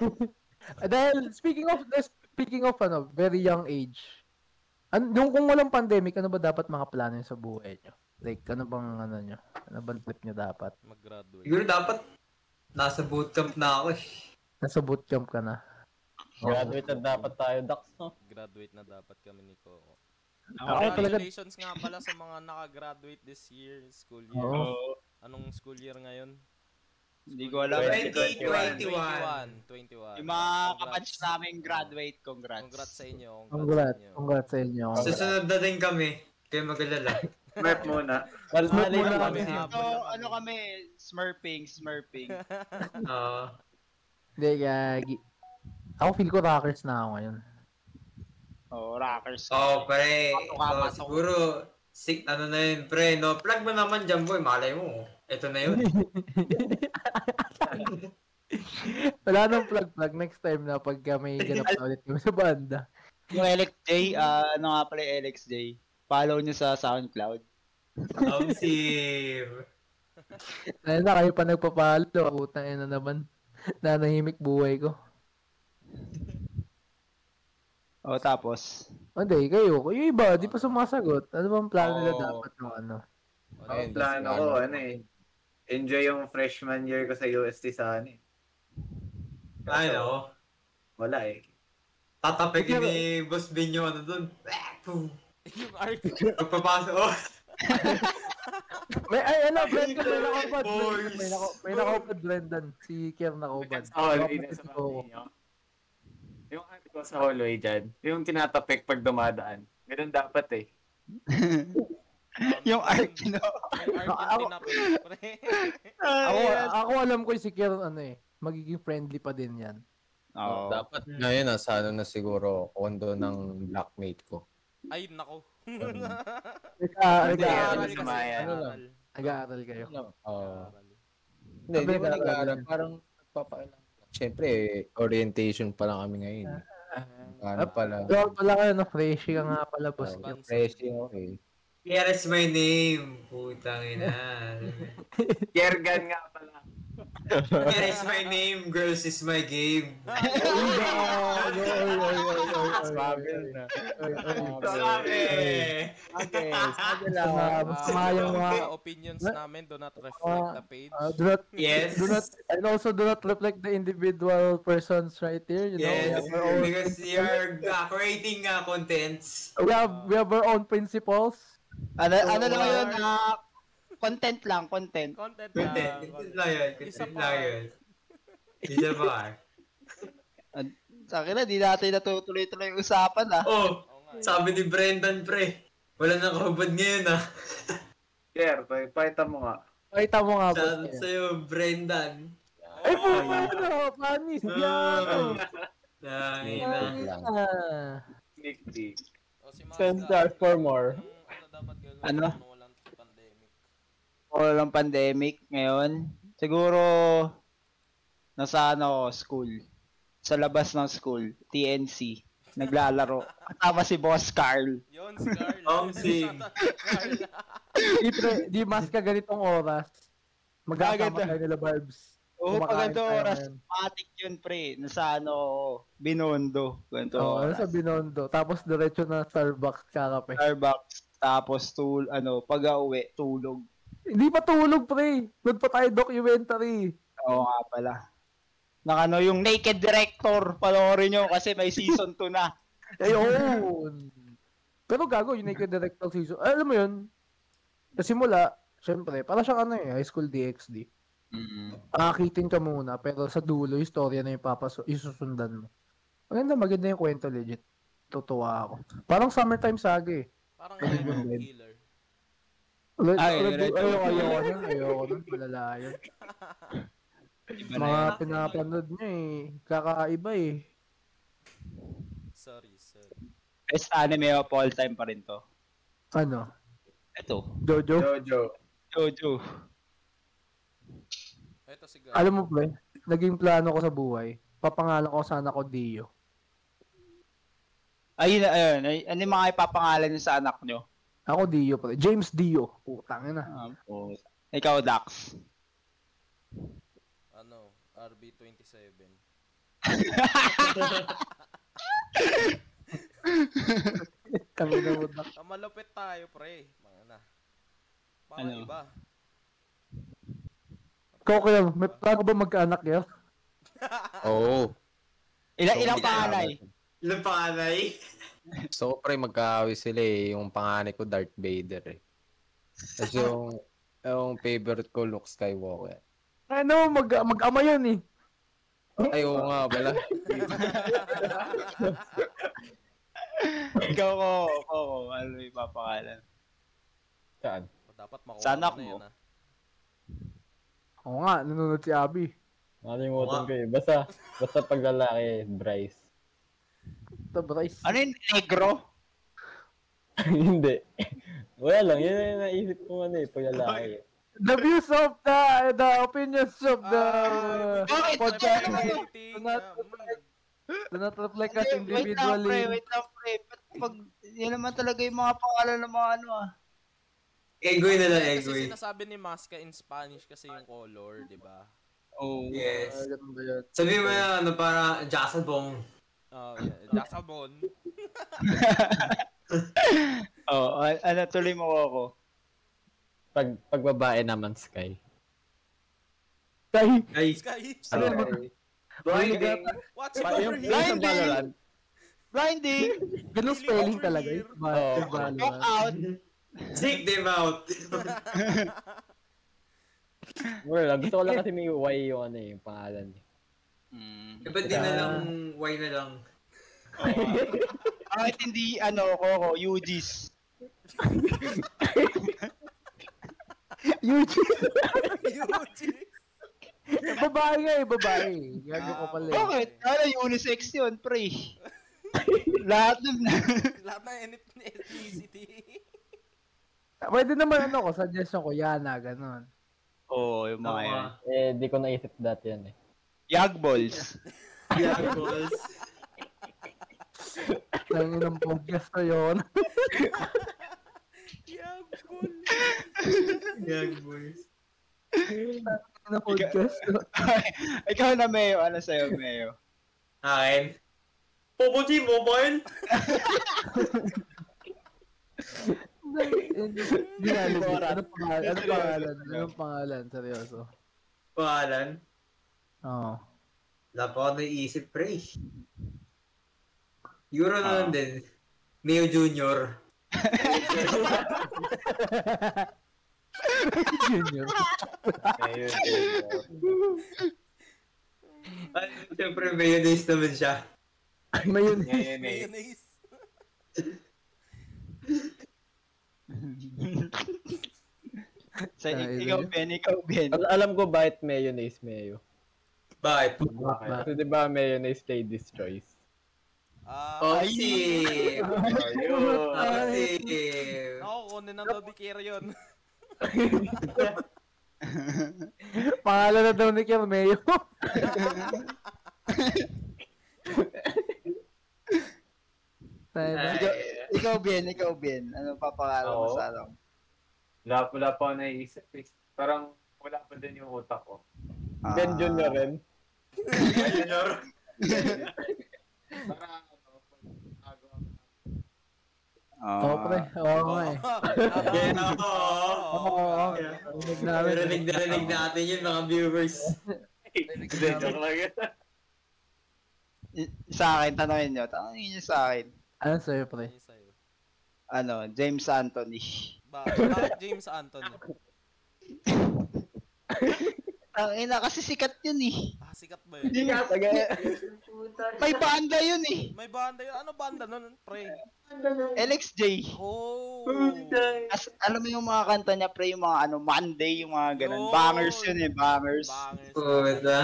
Speaker 1: Dahil, speaking of, speaking of, ano, very young age, an, nung kung walang pandemic, ano ba dapat mga plano nyo sa buhay nyo? Like, ano bang, ano nyo? Ano bang trip nyo dapat?
Speaker 5: Mag-graduate.
Speaker 3: Siguro dapat nasa bootcamp na ako eh.
Speaker 1: Nasa bootcamp ka na.
Speaker 4: Graduate na dapat tayo, Dax, no?
Speaker 5: Graduate na dapat kami ni Coco.
Speaker 1: Ako talaga,
Speaker 5: Congratulations nga pala sa mga nakagraduate this year, school year.
Speaker 1: Oo.
Speaker 5: Anong school year ngayon?
Speaker 2: Hindi ko alam.
Speaker 3: 2021.
Speaker 2: Yung mga
Speaker 5: 21. Congrats.
Speaker 2: kapanch namin graduate, congrats.
Speaker 5: Congrats sa inyo. Congrats
Speaker 1: congrats,
Speaker 5: sa inyo.
Speaker 1: congrats sa inyo.
Speaker 3: Susunod na din kami. Kayo mag-alala.
Speaker 6: Map muna.
Speaker 4: Well,
Speaker 1: Smooth
Speaker 4: malay
Speaker 1: mo
Speaker 4: na
Speaker 1: lang
Speaker 4: kami.
Speaker 1: kami.
Speaker 2: So, ano kami, smurfing, smurfing.
Speaker 3: Oo.
Speaker 1: Hindi, gagi. Ako feel ko rockers na ako ngayon.
Speaker 2: Oh, rockers.
Speaker 3: Oo, pre.
Speaker 2: Pasok ka,
Speaker 3: Oo,
Speaker 2: pasok.
Speaker 3: siguro, sig ano na yun, pre, no? Plug mo naman dyan, boy. Malay mo. Ito na yun.
Speaker 1: Wala nang plug-plug next time na pagka may ganap na ulit kami sa banda.
Speaker 2: Yung LXJ, ah, ano nga pala yung LXJ? Follow nyo sa SoundCloud.
Speaker 3: Um, si...
Speaker 1: Ayun na, kayo pa nagpapalo. Puta, ayun na naman. Nanahimik buhay ko.
Speaker 2: O, Oh, tapos.
Speaker 1: O, Hindi, kayo. Yung iba, di pa sumasagot. Ano bang plano nila
Speaker 7: Oo.
Speaker 1: dapat ng ano?
Speaker 6: Ang plano ko, ano eh. Enjoy yung freshman year ko sa UST sana eh.
Speaker 3: Ano?
Speaker 6: Wala eh.
Speaker 3: Tatapegin ni Boss Bin yung ano dun. Ah, pum.
Speaker 5: Yung arc.
Speaker 3: Pagpapasok. Oh,
Speaker 1: May, ay, ano, Brendan, may nakaupad. Brendan,
Speaker 3: Boys.
Speaker 1: May, nako, may nakaupad, Brendan. Si Kier
Speaker 9: Oh,
Speaker 1: nakaupad.
Speaker 9: Sa
Speaker 1: Nakaupad
Speaker 9: hallway na
Speaker 1: si
Speaker 9: sa
Speaker 1: Coco.
Speaker 9: bahay niyo. Yung ate ko sa hallway dyan, yung tinatapik pag dumadaan. Ganun dapat eh.
Speaker 2: Yung arc, no?
Speaker 5: Yung arc yung
Speaker 1: Ako-
Speaker 5: tinapik, pre.
Speaker 1: Ako, ako alam ko si Kier, ano eh, magiging friendly pa din yan.
Speaker 2: Oo.
Speaker 7: Dapat ngayon, nasa ano na siguro, kondo ng blackmate ko.
Speaker 5: Ay, nako.
Speaker 1: Nag-
Speaker 7: Mm-hmm.
Speaker 9: Hindi,
Speaker 1: Nag-aaral
Speaker 9: ano sa maya.
Speaker 1: Nag-aaral kayo.
Speaker 7: Oo.
Speaker 5: Nag-aaral.
Speaker 7: Hindi,
Speaker 1: Sabi
Speaker 7: hindi
Speaker 1: na-
Speaker 7: ba nag-aaral? Parang Papakailan. Siyempre, eh, orientation pa lang kami ngayon. Ano
Speaker 4: Ah.
Speaker 7: pala?
Speaker 1: Ikaw pala ka, no? Crazy ka nga pala, boss.
Speaker 7: Yung pressing, eh. okay.
Speaker 3: Here is my name. Putang ina.
Speaker 9: Yergan nga pala.
Speaker 3: Here is my name. Girls is my game. Sabi.
Speaker 2: Eh,
Speaker 7: Okay, sabi lang.
Speaker 1: Ah,
Speaker 5: Ah,
Speaker 1: Sama yung mga...
Speaker 5: mga opinions namin do not reflect the page.
Speaker 1: ah, do not,
Speaker 3: Yes.
Speaker 1: do not, and also do not reflect the individual persons right here, you know? We
Speaker 3: Yes,
Speaker 1: have our own,
Speaker 3: because you're uh, creating uh, contents.
Speaker 1: we have, we have our own principles.
Speaker 2: Ano, ano lang yun, ah, content lang, content.
Speaker 5: Content na.
Speaker 3: Content. Content lang yun.
Speaker 5: Isa
Speaker 3: Content
Speaker 5: pa.
Speaker 3: lang yun. Isa pa.
Speaker 2: Sa akin na, di natin natutuloy-tuloy yung usapan ah.
Speaker 3: Oh,
Speaker 5: Oo nga, eh.
Speaker 3: sabi ni Brendan, pre. Wala nang kahubad ngayon, ah.
Speaker 6: Jer, pa- pakita mo nga.
Speaker 1: Pakita mo nga, boss.
Speaker 3: Shout out sa'yo, Brendan.
Speaker 1: Ay, po, ano? Panis
Speaker 3: Ah,
Speaker 1: yan!
Speaker 3: Oh. Tangina.
Speaker 1: Panis
Speaker 7: lang.
Speaker 1: yan.
Speaker 6: Sneak peek.
Speaker 5: O, si Mga
Speaker 4: Send
Speaker 5: Sky,
Speaker 4: us for more.
Speaker 5: yung Ano dapat gawin?
Speaker 2: Ano?
Speaker 5: kung Walang pandemic.
Speaker 2: Walang pandemic ngayon. Siguro, nasa ano, school. Sa labas ng school, TNC. Naglalaro. Kasama si Boss Carl.
Speaker 5: Yun, si Carl.
Speaker 2: Oh,
Speaker 3: Ang sing.
Speaker 5: Shout out kay Carl.
Speaker 1: Di, pre, di mas ka ganitong oras. Magkakama
Speaker 2: Maganda.
Speaker 1: tayo nila, Barbs.
Speaker 2: Oo, pag
Speaker 1: Kumakain
Speaker 2: ganito
Speaker 1: tayo
Speaker 2: oras,
Speaker 1: ngayon.
Speaker 2: matik yun, pre. Nasa ano, Binondo. Ganito
Speaker 1: Oo, ano
Speaker 2: oras.
Speaker 1: sa Binondo. Tapos diretso na Starbucks kakape.
Speaker 2: Starbucks. Tapos, tul ano, pag-uwi, tulog.
Speaker 1: Hindi pa tulog, pre. Doon pa tayo documentary.
Speaker 2: Oo nga pala. Naka ano, yung Naked Director, panoorin nyo kasi may season 2 na.
Speaker 1: Ayun. Pero gago, yun yung director season. Ay, alam mo yun, sa simula, syempre, para siyang ano eh, high school DxD.
Speaker 2: Mm-hmm.
Speaker 1: Aakitin ka muna, pero sa dulo, yung storya na yung papaso, isusundan mo. Maganda, maganda yung kwento, legit. Tutuwa ako. Parang summertime saga eh.
Speaker 5: Parang ano, killer.
Speaker 1: Ulit, Ay,
Speaker 2: Ay,
Speaker 1: ulit,
Speaker 2: diretso.
Speaker 1: ayoko, ayoko nun, ayoko nun, malala yun. Mga pinapanood niya eh, kakaiba eh.
Speaker 5: Sorry, sorry.
Speaker 2: Best anime of all time pa rin to.
Speaker 1: Ano?
Speaker 2: Ito,
Speaker 1: Jojo?
Speaker 6: Jojo.
Speaker 2: Jojo.
Speaker 5: Ito si Carl.
Speaker 1: Alam mo ba, naging plano ko sa buhay, papangalan ko sana ko Dio.
Speaker 2: Ayun, ayun. Ay, ano yung mga ipapangalan nyo sa anak nyo?
Speaker 1: Ako Dio pa rin. James Dio. Putang ina.
Speaker 2: Ah, po. Ikaw, Dax.
Speaker 5: Ano, RB27.
Speaker 1: Tangina mo na.
Speaker 5: Ah, malupit tayo, pre. Mga na. Mga
Speaker 2: Ano?
Speaker 5: iba.
Speaker 1: Ikaw kaya, may plano ba magkaanak yan?
Speaker 4: Ah.
Speaker 7: Oo.
Speaker 2: Ilang,
Speaker 7: So,
Speaker 2: ilang pangalay?
Speaker 3: Ilang pangalay?
Speaker 7: Gusto ko pre magkaaway sila eh. Yung panganay ko Darth Vader eh. Tapos yung, yung favorite ko Luke Skywalker.
Speaker 1: Ano, mag, mag-ama yan eh.
Speaker 7: Ay, oo nga pala.
Speaker 2: Ikaw ko, ko, ko. Ano yung ipapangalan?
Speaker 4: Saan?
Speaker 5: Dapat makuha
Speaker 2: Sana
Speaker 5: ko na
Speaker 2: ako.
Speaker 5: yan, ah.
Speaker 1: Oo nga, nanonood si Abby.
Speaker 4: Nakalimutan ko eh. Basta, basta pag lalaki, Bryce.
Speaker 1: Ito, Bryce.
Speaker 2: Ano yung negro?
Speaker 4: Hindi. Wala lang, yun ang naisip ko ano eh, pag lalaki. eh.
Speaker 1: The views of the, the opinions of the...
Speaker 2: Bakit?
Speaker 1: podcast
Speaker 2: Bakit?
Speaker 1: do not not reflect us
Speaker 2: Hindi, Wait lang, pre.
Speaker 1: individually.
Speaker 2: Wait lang, pre. Ba't Pag, yan naman talaga yung mga pangalan ng mga ano ah.
Speaker 3: Egoy na lang,
Speaker 5: Kasi
Speaker 3: egoy.
Speaker 5: sinasabi ni Maska in Spanish kasi yung color, di ba?
Speaker 2: Oh.
Speaker 1: Ah,
Speaker 3: Yes.
Speaker 1: ganun ba yun?
Speaker 3: Sabi mo na, ano, para Jackson Bong.
Speaker 5: Oh, yeah. Dasabon.
Speaker 2: Oh, a- ano, tuloy mo ako.
Speaker 4: Pag, pag babae naman, Sky.
Speaker 1: Tay,
Speaker 3: Ay,
Speaker 5: Sky,
Speaker 1: ano
Speaker 4: Ano?
Speaker 1: ba?
Speaker 6: Blinding.
Speaker 5: what's
Speaker 4: Pa, yung,
Speaker 5: over here?
Speaker 4: yung sa Valorant,
Speaker 2: Blinding!
Speaker 1: Ganun spelling talaga. eh. Iba,
Speaker 4: Oo.
Speaker 1: iba, iba.
Speaker 2: Knock out!
Speaker 3: seek them out.
Speaker 4: wala lang. Gusto ko lang kasi may Y yung ano eh, yung pangalan niya.
Speaker 3: Eh, ba't di na lang, why na lang?
Speaker 2: Bakit hindi, ano, Coco, UGs?
Speaker 1: Eugene,
Speaker 5: Yuji.
Speaker 1: babae nga eh, babae. Gago ko pala eh.
Speaker 5: Okay.
Speaker 2: Bakit? Ano, unisex yun, pre. Lahat ng...
Speaker 5: Lahat ng ethnic- ethnicity.
Speaker 1: Pwede naman ano ko, suggestion ko, Yana, ganun.
Speaker 2: Oo, oh, yung
Speaker 3: Tama.
Speaker 4: Eh, di ko naisip dati yan eh.
Speaker 2: Yag balls.
Speaker 3: Yagballs.
Speaker 1: Tangin ng podcast na yun.
Speaker 5: Yagol.
Speaker 3: Yagballs.
Speaker 1: Tangin ng podcast. no?
Speaker 2: Ikaw na, Mayo. Ano sa'yo, Mayo?
Speaker 3: Akin. Popochi Mobile?
Speaker 1: Ginalibot. Ano pangalan? Ano pangalan? Ano pangalan? Seryoso.
Speaker 3: Pangalan?
Speaker 1: Oo.
Speaker 3: Wala pa ako naiisip, pre. Euro na lang din. Mayo Junior.
Speaker 1: Junior.
Speaker 9: Ayun, ayun.
Speaker 3: Ay, siyempre, mayonnaise naman siya.
Speaker 1: Mayonnaise.
Speaker 9: Ngayon eh.
Speaker 5: Mayonnaise.
Speaker 2: Sa
Speaker 1: Tayo
Speaker 2: ikaw,
Speaker 1: na yun.
Speaker 2: Ben. Ikaw, Ben.
Speaker 4: Al- alam ko bakit mayonnaise mayo.
Speaker 3: Bakit?
Speaker 1: Bakla.
Speaker 4: Kasi di ba mayonnaise ladies choice?
Speaker 3: Oh.
Speaker 5: Ah,
Speaker 3: Oxy!
Speaker 9: Ayun.
Speaker 3: Oxy!
Speaker 5: ako kunin ng Dobby Care yun.
Speaker 1: Pangalan na daw ni Kim Mayo. Tayo na.
Speaker 3: Ay,
Speaker 2: Ikaw- Ikaw, Ben. Ikaw, Ben. Ano papakala mo
Speaker 9: Oo.
Speaker 2: sa ano?
Speaker 9: Wala, wala pa ako naiisip eh. Parang wala pa din yung utak ko.
Speaker 2: Ah.
Speaker 4: Ben Junior rin.
Speaker 3: Junior.
Speaker 9: Parang ano, pag nagawa ko na-
Speaker 2: Ah.
Speaker 1: Oo, pre. Oo nga eh.
Speaker 3: Yan
Speaker 5: Oo.
Speaker 3: ako.
Speaker 1: Oo, oo.
Speaker 3: Yeah.
Speaker 1: Narinig namin.
Speaker 3: Narinig na rinig natin yun, mga viewers.
Speaker 9: Hindi, joke lang yun.
Speaker 2: I- Sa akin, tanongin nyo. Tanongin nyo sa akin.
Speaker 1: Ano sa'yo, pre?
Speaker 5: Ano sa'yo?
Speaker 2: Ano, James Anthony.
Speaker 5: Ba- Bakit James Anthony?
Speaker 2: Ang ina, kasi sikat yun eh.
Speaker 5: Ah, sikat ba
Speaker 2: Hindi
Speaker 5: yun?
Speaker 2: nga, May banda yun eh.
Speaker 5: May banda yun. Ano banda nun, pre?
Speaker 2: LXJ.
Speaker 5: Oh.
Speaker 2: As, alam mo yung mga kanta niya, pre, yung mga ano, Monday, yung mga ganun.
Speaker 5: Yun.
Speaker 2: Bangers yun eh, bangers.
Speaker 5: Bangers.
Speaker 3: Puta.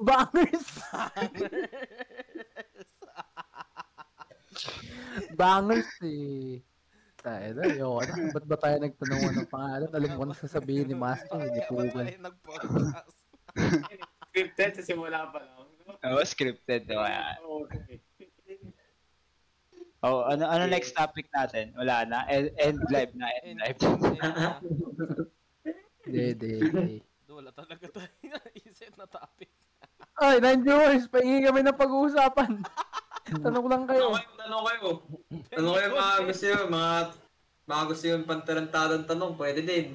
Speaker 1: Bangers! Bangers eh. Tayo na, ayoko na. Ba't ba tayo nagtanong ng pangalan? Alam ko na sasabihin ni Master, hindi ko
Speaker 5: Kaya ba
Speaker 1: ugal.
Speaker 5: tayo nag-podcast?
Speaker 9: Scripted sa simula pa lang.
Speaker 2: Oo, scripted. oh,
Speaker 5: Mm.
Speaker 2: Oo,
Speaker 9: Oo, okay.
Speaker 2: oh, ano, ano next topic natin? Wala na. End, end live na, end
Speaker 5: And-
Speaker 2: live.
Speaker 5: and- ah,
Speaker 1: Hindi, hindi, hindi.
Speaker 5: Wala talaga tayo naisip na topic.
Speaker 1: Ay, nine viewers, pahingi kami ng pag-uusapan. Tanong lang
Speaker 3: Ano
Speaker 1: kayo.
Speaker 3: kayo? Ano kayo? Ano kayo mga gusto yun? Mga, mga gusto yung pantarantadong tanong, pwede din.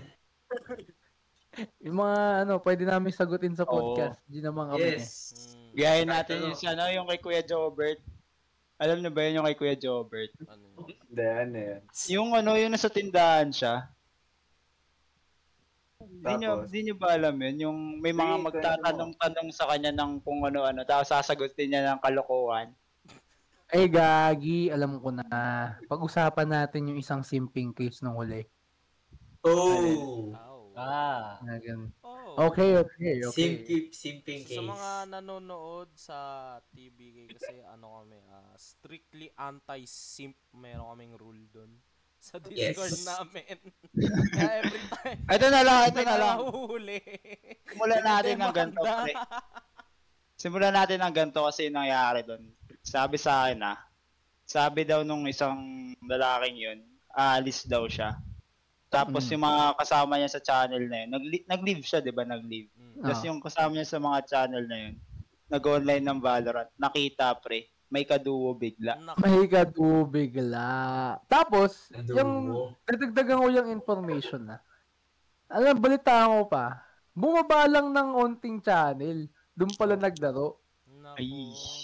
Speaker 1: Yung mga ano, pwede namin sagutin sa podcast. Hindi naman kami. eh.
Speaker 3: Yes.
Speaker 5: Hmm,
Speaker 2: Gayahin natin
Speaker 3: Kahit
Speaker 2: yung,
Speaker 3: ano.
Speaker 2: sa- ano, yung kay Kuya Jobert. Alam niyo ba yun yung kay Kuya Jobert?
Speaker 5: ano yun?
Speaker 9: Hindi, ano yun.
Speaker 2: Yung ano, yung nasa tindahan siya. Hindi nyo,
Speaker 9: Tapos,
Speaker 2: di nyo ba alam yun? Yung may mga
Speaker 9: Hindi,
Speaker 2: magtatanong-tanong sa kanya ng kung ano-ano, tapos sasagutin niya ng kalokohan.
Speaker 1: Ay, Gagi, alam ko na. Pag-usapan natin yung isang simping case nung huli.
Speaker 3: Oh.
Speaker 5: Ow.
Speaker 4: Ah.
Speaker 1: Na ganun.
Speaker 5: Oh.
Speaker 1: Okay, okay, okay.
Speaker 3: Simping, simping case.
Speaker 5: Sa mga nanonood sa TBK kasi ano kami, ah, strictly anti-simp meron kaming rule doon sa
Speaker 3: Yes.
Speaker 5: Discord namin. Kaya every time,
Speaker 2: Ito na lang, ito
Speaker 5: may
Speaker 2: na lang.
Speaker 5: nahuhuli.
Speaker 2: Simulan natin
Speaker 5: Hindi
Speaker 2: ng ganito.
Speaker 5: maganda.
Speaker 2: pre. Simulan natin ng ganito kasi yung nangyari doon. Sabi sa akin ah, sabi daw nung isang lalaking yun, aalis daw siya. Tapos
Speaker 1: Mm.
Speaker 2: yung mga kasama niya sa channel na yun, nag- nag-leave siya, di ba? Nag-leave.
Speaker 5: Mm.
Speaker 2: Tapos
Speaker 1: Ah.
Speaker 2: yung kasama niya sa mga channel na yun, nag-online ng Valorant, nakita pre, may kaduo bigla.
Speaker 5: Nak-
Speaker 1: Mahiga to bigla. Tapos,
Speaker 3: Nandun
Speaker 1: yung
Speaker 3: mo.
Speaker 1: dadagdagan ko yung information na. Alam, balita ko pa. Bumaba lang ng onting channel. Doon pala naglaro.
Speaker 5: Naku,
Speaker 2: Ay.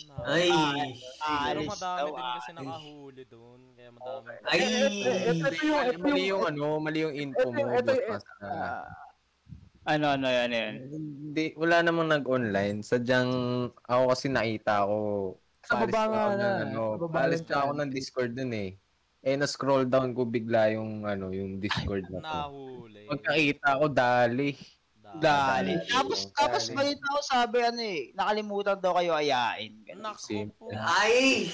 Speaker 5: naku.
Speaker 3: Ay.
Speaker 5: Pero
Speaker 2: Ah, Aalis
Speaker 5: madami
Speaker 2: daw,
Speaker 5: din kasi
Speaker 2: aalis.
Speaker 5: nakahuli doon. Kaya madami.
Speaker 3: Ay.
Speaker 7: eh,
Speaker 1: Eh, Ito yung, ito
Speaker 7: Mali
Speaker 1: yung,
Speaker 7: yung ano, mali yung info mo.
Speaker 1: Eto, eto,
Speaker 7: boss
Speaker 1: eto.
Speaker 7: Pascal.
Speaker 1: ah,
Speaker 2: Ano, ano, yan, yan.
Speaker 7: Hindi, wala namang nag-online. Sadyang ako kasi nakita ko.
Speaker 1: Sa
Speaker 7: paalis
Speaker 1: baba
Speaker 7: pa
Speaker 1: nga
Speaker 7: ako
Speaker 1: na,
Speaker 7: ng Ano,
Speaker 1: sa baba
Speaker 7: paalis
Speaker 1: lang
Speaker 7: pa ako
Speaker 1: tayo.
Speaker 7: ng Discord dun eh. Eh, na-scroll down ko bigla yung, ano, yung Discord na to.
Speaker 5: Nahuli.
Speaker 7: Pagkakita ko, dali.
Speaker 2: Dali.
Speaker 7: Dali.
Speaker 2: Tapos, tapos
Speaker 7: Dali.
Speaker 2: balita ko sabi, ano eh, nakalimutan daw kayo ayain. Ganun.
Speaker 5: Naku
Speaker 7: Simp.
Speaker 5: po.
Speaker 3: Ay.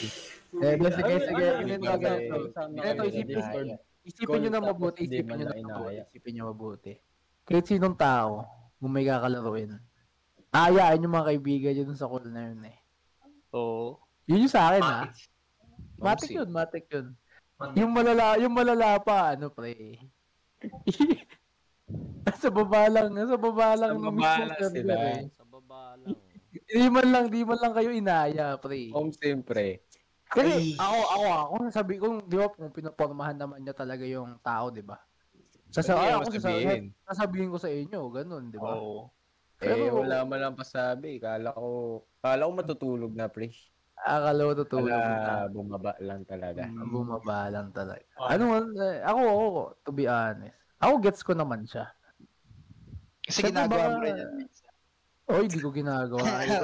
Speaker 1: Eh, sige, sige.
Speaker 7: ano,
Speaker 1: Ganito,
Speaker 7: ano,
Speaker 1: ganito.
Speaker 7: ano,
Speaker 1: Ganito, isipin
Speaker 4: Discord.
Speaker 1: Isipin nyo na
Speaker 4: Tapos
Speaker 1: mabuti.
Speaker 4: hindi
Speaker 1: Isipin
Speaker 4: man
Speaker 1: nyo na
Speaker 4: lang
Speaker 1: mabuti.
Speaker 4: inaya.
Speaker 1: Isipin nyo mabuti. Kahit sinong tao, kung may kakalaruin, Aayaan yung mga kaibigan nyo dun sa call na yun eh.
Speaker 2: Oo.
Speaker 1: Yun yung sa akin ah. Matik
Speaker 7: Matik.
Speaker 1: yun, Oh, matik yun.
Speaker 3: Matik.
Speaker 1: Yung malala, yung malala pa, ano pre. nasa baba lang, nasa baba lang ng
Speaker 2: baba
Speaker 1: mismo
Speaker 2: lang
Speaker 1: server
Speaker 7: sila.
Speaker 1: eh.
Speaker 5: Sa baba lang.
Speaker 1: Di man lang, di man lang kayo inaya, pre.
Speaker 7: Om siyempre.
Speaker 1: Kasi ako, ako, ako, sabi ko, di ba, kung pinapormahan naman niya talaga yung tao, di ba?
Speaker 7: Hindi
Speaker 1: Sasabihin
Speaker 7: ako
Speaker 1: ako,
Speaker 7: sabihin.
Speaker 1: sasabihin. sasabihin ko sa inyo, ganun, di ba?
Speaker 2: Oo.
Speaker 7: Eh,
Speaker 1: Pero-
Speaker 7: wala man lang pasabi. Kala ko, kala ko matutulog na, pre.
Speaker 1: Akala ko tutulog na.
Speaker 7: Wala, bumaba lang talaga.
Speaker 1: Bumaba lang talaga. Ano man, eh, ako, ako, to be honest. Ako gets ko naman siya.
Speaker 2: Kasi
Speaker 1: Siyempre,
Speaker 2: ginagawa
Speaker 1: baka-
Speaker 2: mo rin yan.
Speaker 1: Oy, di ko ginagawa. Ayun.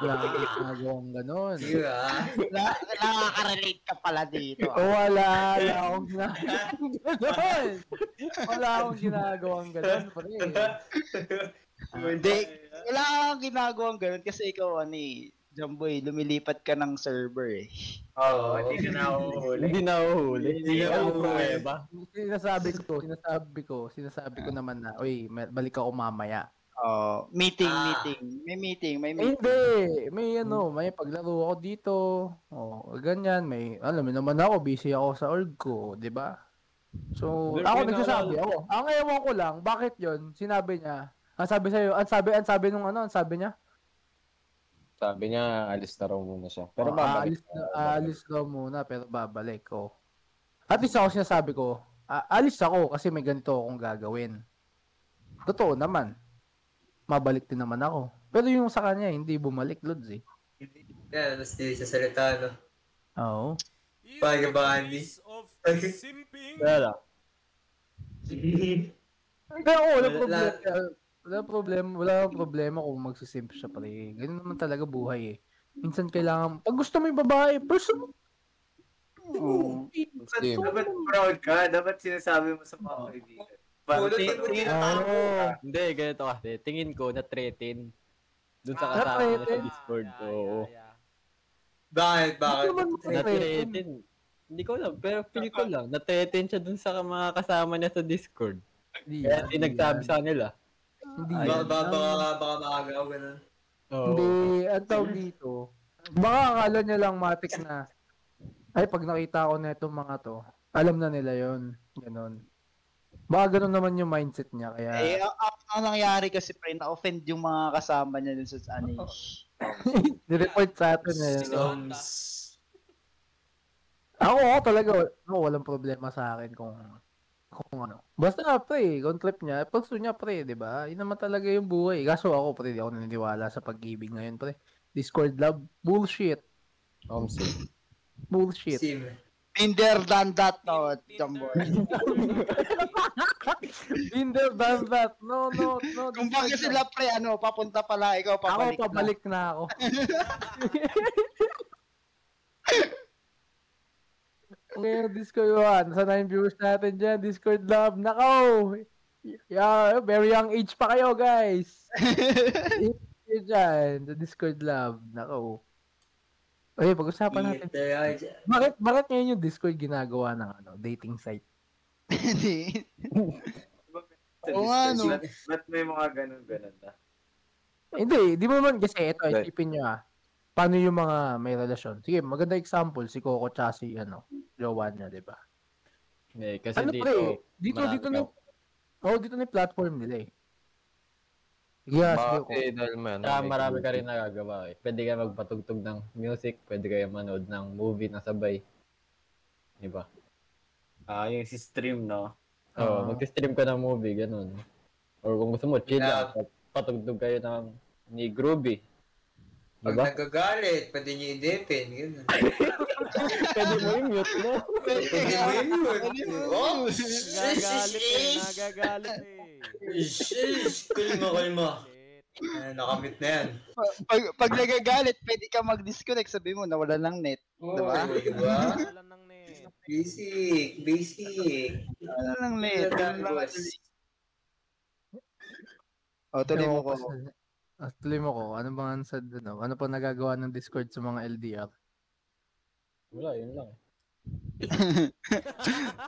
Speaker 1: Wala akong ginagawang ganun.
Speaker 3: Sige ah.
Speaker 2: Na- Nakaka-relate ka pala dito.
Speaker 1: Oh, wala, wala akong ginagawang ganun. Wala akong ginagawang ganun, pre.
Speaker 2: Hindi. Wala kang ginagawang ganun kasi ikaw, ano eh, Jumboy, lumilipat ka ng server eh.
Speaker 9: Oo, hindi ka na ulit.
Speaker 4: Hindi na uhuli.
Speaker 3: Oh. Hindi na uhuhuli.
Speaker 4: ba?
Speaker 1: Sinasabi ko, sinasabi ko, sinasabi ko naman na, oy, may- balik ako mamaya.
Speaker 2: Oh, meeting,
Speaker 3: Ah.
Speaker 2: meeting. May meeting, may
Speaker 1: Eh,
Speaker 2: meeting.
Speaker 1: hindi, may ano, may paglaro ako dito. Oh, ganyan, may alam mo naman ako, busy ako sa org ko, 'di ba? So,
Speaker 4: Pero
Speaker 1: ako
Speaker 4: may
Speaker 1: nagsasabi ako. Ang ewan ko lang, bakit 'yon? Sinabi niya. Ang sabi sa'yo, ang sabi, ang sabi nung ano, ang sabi niya,
Speaker 7: Sabi niya, alis na raw muna siya. Pero
Speaker 1: "Oh,
Speaker 7: babalik.
Speaker 1: aalis, na, aalis daw muna, pero babalik ko. At least ako sinasabi ko, "A- alis ako kasi may ganito akong gagawin. Totoo naman. Mabalik din naman ako. Pero yung sa kanya, hindi bumalik, Lods eh.
Speaker 3: Yan, mas di siya salita, no?
Speaker 1: Oo.
Speaker 5: Is
Speaker 3: Paga ba,
Speaker 5: the
Speaker 3: Andy?
Speaker 5: case of simping
Speaker 4: Wala.
Speaker 1: Hindi, oo, wala
Speaker 3: Wala-
Speaker 1: oh, problema. Wala problema, wala akong problema kung magsisimp siya pre. Ganun naman talaga buhay eh. Minsan kailangan, pag gusto mo yung babae, person,
Speaker 9: Oo.
Speaker 7: Same.
Speaker 9: Dapat proud ka. Dapat sinasabi mo sa mga kaibigan. Parang
Speaker 3: Pulot
Speaker 9: tinutulungan
Speaker 3: mo
Speaker 1: Oo.
Speaker 4: Ah, Hindi, ganito kasi. Tingin ko, na-threaten. Doon sa
Speaker 1: Ah,
Speaker 4: kasama niya sa
Speaker 1: na-threaten?
Speaker 4: Discord.
Speaker 5: Ah, yeah,
Speaker 4: Oo.
Speaker 5: yeah, yeah.
Speaker 3: Bakit? Bakit?
Speaker 1: Bakit naman mo na-threaten?
Speaker 4: Na-threaten. Hindi ko alam, pero feeling ko lang, na-threaten siya dun sa mga kasama niya sa Discord.
Speaker 1: Hindi
Speaker 4: Kaya
Speaker 1: yan,
Speaker 4: tinagsabi sa kanila.
Speaker 1: Hindi yan.
Speaker 3: Baka, baka, baka, baka maagaw ka na.
Speaker 1: Hindi, ang tawag dito. Baka akala niya lang matik na, ay pag nakita ko na itong mga to, alam na nila yon Ganun. Baka ganun naman yung mindset niya. Kaya,
Speaker 2: Eh, ang, ang, ang nangyari kasi pre, na-offend yung mga kasama niya dun sa ano eh.
Speaker 1: nireport sa atin na yun.
Speaker 3: Si
Speaker 1: no?
Speaker 3: Toms.
Speaker 1: Ako, ako talaga, no, walang problema sa akin kung kung ano. Basta pre, kung trip niya, pag gusto niya pre, di ba? Yun naman talaga yung buhay. Kaso ako pre, di ako naniniwala sa pag-ibig ngayon pre. Discord love, bullshit.
Speaker 7: Om siyempre.
Speaker 1: Bullshit.
Speaker 3: Sim.
Speaker 2: Tinder than that, no,
Speaker 5: Tinder.
Speaker 2: Jumboy.
Speaker 1: Been there, done that. No, no, no. Discord
Speaker 2: Kung bakit
Speaker 1: love.
Speaker 2: sila pre, ano, papunta pala, ikaw
Speaker 1: Ako,
Speaker 2: pabalik. na.
Speaker 1: pabalik na ako. Ngayon, Discord one. Sana yung viewers natin dyan. Discord love. Nako! Yeah, very young age pa kayo, guys. If you're dyan, the Discord love. Nako. Okay, pag-usapan natin.
Speaker 3: Peter, ah, dyan.
Speaker 1: Bakit, bakit ngayon yung Discord ginagawa ng ano, dating site?
Speaker 2: Hindi.
Speaker 9: sa
Speaker 2: Oo nga,
Speaker 9: Discord.
Speaker 2: no.
Speaker 9: Ba't- Ba't may mga ganun-ganun na?
Speaker 1: Hindi, di mo man kasi ito,
Speaker 7: Right.
Speaker 1: isipin nyo ah. Paano yung mga may relasyon? Sige, maganda example, si Coco tsaka si ano, jowa niya, di ba?
Speaker 4: Eh, kasi
Speaker 1: Ano
Speaker 4: dito,
Speaker 1: pre, dito,
Speaker 4: marami
Speaker 1: dito na,
Speaker 4: kang-
Speaker 1: oh, dito na yung platform nila eh. Yeah, si Coco.
Speaker 7: Bakit? Dahil man.
Speaker 4: Tsaka
Speaker 7: ano, may
Speaker 4: Ah, marami ka
Speaker 7: community.
Speaker 4: rin nagagawa eh. Pwede ka magpatugtog ng music, pwede kayo manood ng movie na sabay. Di ba?
Speaker 9: Ah, yung si stream, no?
Speaker 4: Oo,
Speaker 1: Oo.
Speaker 4: mag-stream ka ng movie, ganun. Or kung gusto mo, chill
Speaker 3: Yeah.
Speaker 4: lang. Patugtog kayo ng ni Groovy. Di
Speaker 3: Pag
Speaker 4: ba?
Speaker 3: nagagalit, pwede niyo idipin. Ganun.
Speaker 4: Pwede mo i-mute mo.
Speaker 3: Pwede mo yun. Oh,
Speaker 5: Nagagalit eh,
Speaker 3: shish!
Speaker 5: nagagalit eh.
Speaker 3: Shish! Kulma, kulma.
Speaker 5: Shit.
Speaker 3: Ah, Nakamit na yan.
Speaker 2: pag, pag nagagalit, pwede ka mag-disconnect. Sabi mo, nawala ng net.
Speaker 3: Oo,
Speaker 2: Diba?
Speaker 3: diba?
Speaker 5: Wala nang net.
Speaker 3: Basic, basic.
Speaker 2: Nawala ng net.
Speaker 3: Talagang
Speaker 2: Nawala
Speaker 3: boss.
Speaker 2: ng net. O, Oh, tuloy mo ko.
Speaker 1: Ah, tuloy mo ko. Ano bang sa ano? Ano pa nagagawa ng Discord sa mga LDR?
Speaker 4: Wala, yun lang.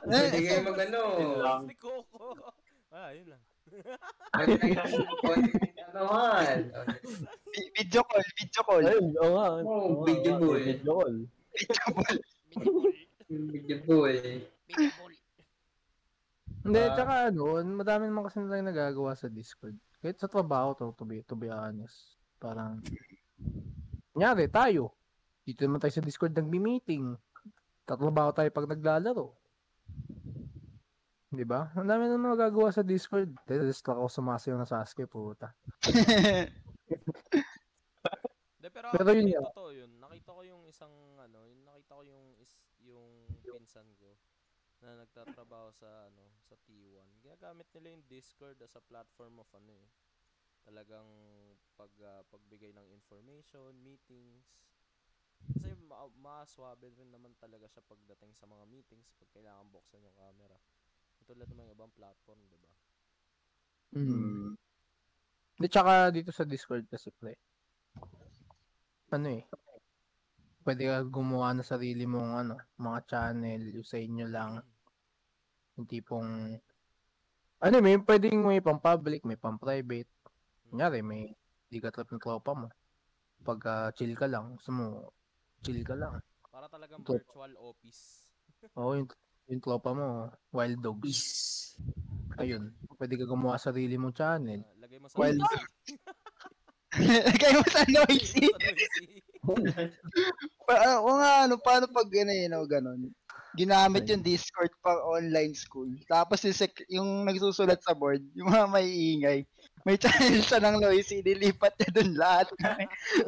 Speaker 3: Pwede kayo mag ano.
Speaker 5: Tapos ni Coco. Ah, yun lang.
Speaker 3: Ano naman?
Speaker 2: Vi- Video call, video call.
Speaker 4: Ayun, oo nga. oo
Speaker 3: Oo,
Speaker 4: nga,
Speaker 3: Oh, video
Speaker 4: oo nga,
Speaker 3: eh. call.
Speaker 4: Video call.
Speaker 2: Video call.
Speaker 3: Big boy.
Speaker 1: Hindi,
Speaker 3: Ah.
Speaker 1: tsaka ano, madami naman kasi nilang nagagawa sa Discord. Kahit sa trabaho to, to be, to be honest. Parang, kunyari, tayo. Dito naman tayo sa Discord nagmi-meeting. Tatrabaho tayo pag naglalaro. Di ba? Ang dami naman magagawa sa Discord. Tapos ako sumasayaw na Sasuke, puta.
Speaker 5: De, pero,
Speaker 1: Pero yun
Speaker 5: yun
Speaker 1: nga.
Speaker 5: Totoo yun. Nakita ko yung isang, ano, yung nakita ko yung, is, yung pinsan ko na nagtatrabaho sa, ano, sa T1. Ginagamit nila yung Discord as a platform of, ano, eh. Talagang pag, ah, pagbigay ng information, meetings. Kasi ma- maswabe rin naman talaga siya pagdating sa mga meetings pag kailangan buksan yung camera. Tulad ng mga ibang platform, di ba?
Speaker 2: Mm.
Speaker 1: Hmm. Hindi, tsaka dito sa Discord kasi pre. Ano eh. Pwede ka gumawa ng sarili mong ano, mga channel, yung sa inyo lang. Yung tipong, ano may pwedeng may pang public, may pang private. Kunyari, may di ka trip ng tropa mo. Pag ah, chill ka lang, gusto mo, chill ka lang.
Speaker 5: Para talagang
Speaker 1: Totoo.
Speaker 5: virtual office.
Speaker 1: Oo, yung, yung tropa mo, wild dogs.
Speaker 3: Peace.
Speaker 1: Ayun, pwede ka gumawa sarili mong channel.
Speaker 5: Ah, lagay mo sa
Speaker 1: Well-
Speaker 5: noisy.
Speaker 2: Kaya mo sa noisy.
Speaker 5: Sa noisy.
Speaker 2: Pa- ah, Oo nga, ano, paano pag ano, yun, ano, ganun? Ginamit yung Discord pang online school. Tapos yung, sec- yung nagsusulat sa board, yung mga may ingay. May channel siya ng noisy, nilipat niya dun lahat.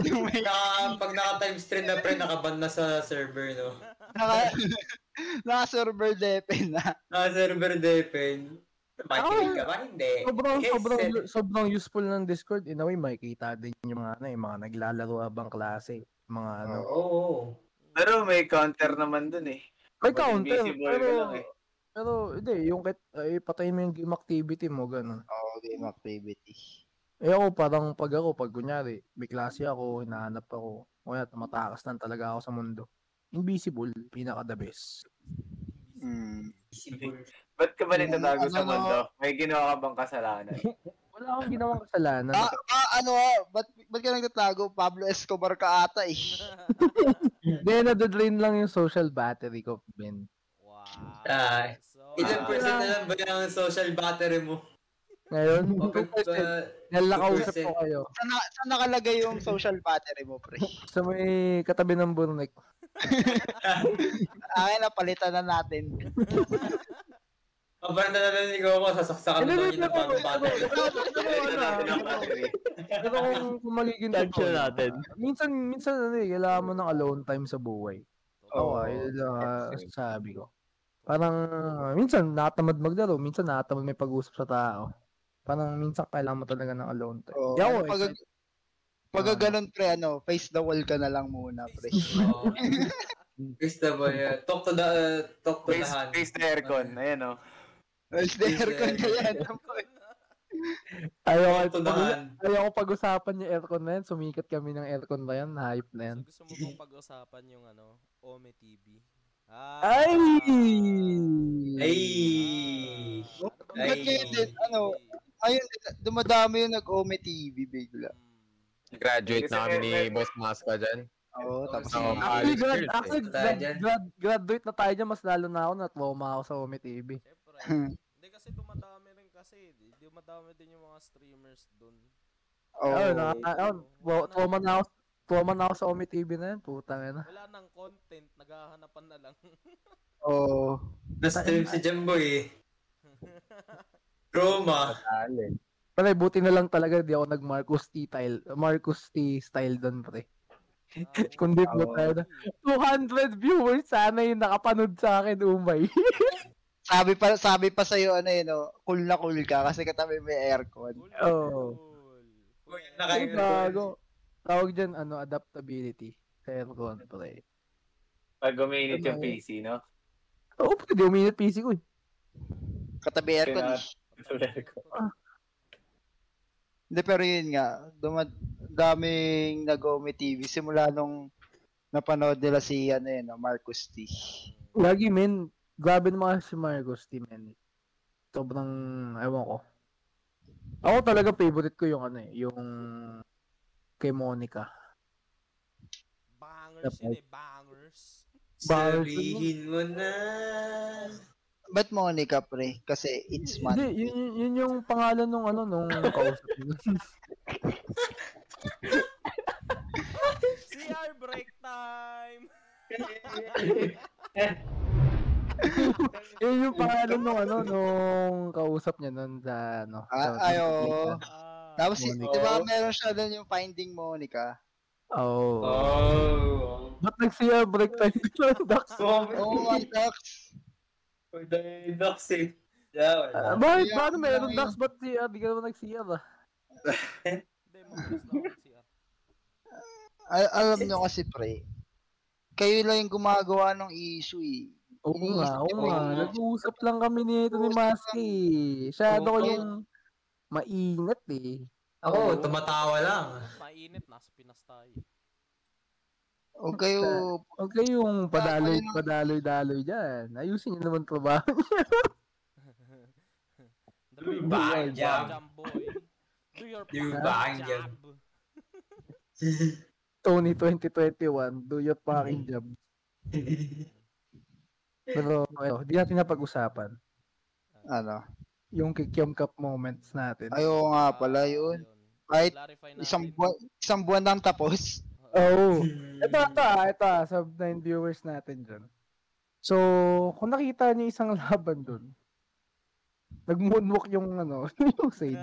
Speaker 2: yung may
Speaker 3: Naka, pag naka-time stream na pre, nakaban na sa server, no?
Speaker 2: naka, naka-server depen na.
Speaker 3: Naka-server depend. Makikinig ka ba? Hindi.
Speaker 1: Sobrang,
Speaker 9: Eh,
Speaker 3: Yes,
Speaker 1: sobrang,
Speaker 3: sir.
Speaker 1: sobrang useful ng Discord. In a way, makikita din yung mga, ano, yung mga naglalaro abang klase. Mga ano.
Speaker 3: Oo, oo.
Speaker 9: Pero may counter naman dun eh.
Speaker 1: May
Speaker 9: Kapag
Speaker 1: counter,
Speaker 9: invisible ka
Speaker 1: pero,
Speaker 9: lang eh.
Speaker 1: pero, hindi, yung kit, ay, patayin mo yung game activity mo, ganun.
Speaker 2: Oo, game activity.
Speaker 1: Eh ako, parang pag ako, pag kunyari, may klase ako, hinahanap ako, kaya tumatakas lang talaga ako sa mundo. Invisible, pinaka the best.
Speaker 2: Mm.
Speaker 9: Ba't ka ba
Speaker 2: Yung
Speaker 9: nagtatago
Speaker 2: ano,
Speaker 9: sa
Speaker 2: no?
Speaker 9: mundo? May ginawa ka bang kasalanan?
Speaker 1: Wala akong ginawang kasalanan.
Speaker 2: Ah, ah, ano ah, ba't, ba't ka nagtatago? Pablo Escobar ka ata eh.
Speaker 1: Then, nadadrain lang yung social battery ko, Ben.
Speaker 5: wow.
Speaker 3: Ah,
Speaker 5: So,
Speaker 3: Ilan
Speaker 9: Ah.
Speaker 3: percent na lang ba yung social battery mo?
Speaker 1: Ngayon,
Speaker 9: Oh,
Speaker 3: Open ba?
Speaker 1: nalakausap ko kayo
Speaker 2: Saan, na, saan nakalagay yung social battery mo, pre?
Speaker 1: sa may katabi ng Burnek.
Speaker 2: Ay, Ah, napalitan na natin.
Speaker 3: Kabarang na lang ko ako, sasaksakan na
Speaker 1: Hindi,
Speaker 3: daw
Speaker 1: wait
Speaker 3: yun ng
Speaker 1: lang,
Speaker 3: bagong
Speaker 1: wait lang,
Speaker 3: battery.
Speaker 1: wait lang, wait lang, wait lang.
Speaker 9: Ito natin ang ano, eh. battery.
Speaker 1: Pero kung kumaligin
Speaker 4: Time siya natin.
Speaker 1: Minsan, minsan ano eh, kailangan mo ng alone time sa buhay. Oo,
Speaker 2: Oo.
Speaker 1: yun lang ah, sabi ko. Parang, ah, minsan natamad maglaro, minsan natamad may pag-usap sa tao. Parang minsan kailangan mo talaga ng alone time.
Speaker 2: Oo.
Speaker 1: Yaw, eh,
Speaker 2: pag, pag ganun, pre, ano, face the wall ka na lang muna, pre.
Speaker 3: Oo. Guys na ba yun? Talk to the, uh, talk to the
Speaker 9: Face,
Speaker 3: hand.
Speaker 9: face the aircon. Ayan oh. o.
Speaker 2: Face the aircon ka yan.
Speaker 1: ayaw,
Speaker 3: Talk to the
Speaker 1: ayaw,
Speaker 3: hand.
Speaker 1: ayaw ko pag-usapan yung aircon na yan. Sumikat kami ng aircon na yan. Hype na yan.
Speaker 5: so gusto mo bang pag-usapan yung ano, Ome TV? Ah,
Speaker 1: Ay!
Speaker 3: Ay!
Speaker 5: Ah, ano ba
Speaker 3: Ay!
Speaker 5: yung
Speaker 3: Bakit
Speaker 5: Ome
Speaker 2: yun? Ano?
Speaker 5: TV?
Speaker 2: Ayun, dumadami yung nag-ome TV bigla.
Speaker 5: Mm.
Speaker 7: Graduate
Speaker 9: Kasi
Speaker 7: na kami ni
Speaker 9: may-
Speaker 7: Boss Masca dyan.
Speaker 2: Oo, tapos
Speaker 7: Oo,
Speaker 1: Actually,
Speaker 7: college
Speaker 1: grad,
Speaker 7: girls, eh.
Speaker 1: actually
Speaker 3: Tayo
Speaker 1: grad,
Speaker 3: dyan.
Speaker 1: grad, graduate na tayo dyan. Mas lalo na ako na trauma ako sa Ome TV.
Speaker 5: Siyempre. Hindi kasi dumadami rin kasi. di- Dumadami din yung mga streamers dun.
Speaker 1: Oo,
Speaker 2: Oo.
Speaker 1: oh, na, ayun,
Speaker 5: Wala nang-
Speaker 1: trauma na ako, trauma na ako sa Ome TV na yan, putang ina.
Speaker 5: Wala nang content. Naghahanapan na lang.
Speaker 2: Oo.
Speaker 3: Na-stream si Jumboy eh. Roma.
Speaker 1: Pare, buti na lang talaga di ako nag Marcus T style, Marcus T style doon pre. Kundi po tayo na. 200 viewers sana yung nakapanood sa akin, oh umay.
Speaker 2: Sabi pa sabi pa sa ano yun, no? cool na cool ka kasi katabi may aircon.
Speaker 1: Oo.
Speaker 3: Uy,
Speaker 1: Ay,
Speaker 3: naka-
Speaker 1: bago. Tawag dyan, ano, adaptability. Sa aircon, pre.
Speaker 9: Pag umiinit yung
Speaker 1: Ano?
Speaker 9: PC, no?
Speaker 1: Oo, pre, di uminit PC ko eh.
Speaker 2: Katabi aircon.
Speaker 9: Kaya-
Speaker 2: Hindi, pero yun nga, dumad, daming nag-ome TV simula nung napanood nila si ano yun, no, Marcus T.
Speaker 1: Lagi, men. Grabe naman kasi si Marcos T, men. Sobrang, ewan ko. Ako talaga favorite ko yung ano eh, yung kay Monica.
Speaker 5: Bangers yun eh, bangers.
Speaker 1: Bawal
Speaker 3: Sabihin mo na.
Speaker 2: Ba't Monica, pre? Kasi it's
Speaker 1: Hindi,
Speaker 2: man.
Speaker 1: yun, yun, yun yung pangalan nung ano, nung kausap ko.
Speaker 5: CR break time!
Speaker 1: yun yung pangalan nung ano, nung kausap niya nun sa ano.
Speaker 2: Ah,
Speaker 1: sa-
Speaker 2: ay, oo.
Speaker 5: Ah,
Speaker 2: Tapos, y-
Speaker 1: Monica.
Speaker 2: di ba meron siya doon yung Finding Monica?
Speaker 1: Oo. Oh.
Speaker 3: Oh.
Speaker 1: Ba't nagsiya break time dito ang ducks?
Speaker 2: Oo, oh, ang ducks.
Speaker 3: Oh, dahil dox eh. Yeah,
Speaker 1: Ah,
Speaker 3: wala.
Speaker 1: bakit?
Speaker 2: Yeah,
Speaker 1: Paano meron
Speaker 2: yeah.
Speaker 1: ducks? Ba't siya? Di ka naman nagsiya ba?
Speaker 5: Hindi, mabilis lang ako CR.
Speaker 2: Al- alam nyo kasi, pre. Kayo lang yung gumagawa ng issue, eh.
Speaker 1: Oo nga, oo
Speaker 2: Iniisip ko
Speaker 1: nga.
Speaker 2: yun.
Speaker 1: Nag-uusap lang kami nito ni Maski. eh. Masyado
Speaker 3: Oo.
Speaker 1: ko yung maingat eh.
Speaker 3: Ako, tumatawa lang.
Speaker 5: Mainit, nasa Pinas tayo.
Speaker 2: Huwag kayo,
Speaker 1: Huwag kayong padaloy,
Speaker 2: Ayun ang-
Speaker 1: padaloy-daloy dyan. Ayusin niyo naman trabaho.
Speaker 5: The big
Speaker 3: Bang,
Speaker 5: bang
Speaker 3: jam.
Speaker 5: jam boy. Do your
Speaker 3: Yung bang
Speaker 5: bang
Speaker 3: jam.
Speaker 5: jam.
Speaker 1: Tony 2021, do your
Speaker 2: Mm.
Speaker 1: fucking job. Pero, ano, di natin napag-usapan.
Speaker 2: ano,
Speaker 1: Yung kikiam cup moments natin.
Speaker 2: ayaw nga pala yun. Kahit Isang buwan, isang buwan lang tapos.
Speaker 1: Oo. Ito, ito, ah, ito, ah, sub 9 viewers natin dyan. So, kung nakita niyo isang laban dun, nag-moonwalk yung, ano, yung Sage.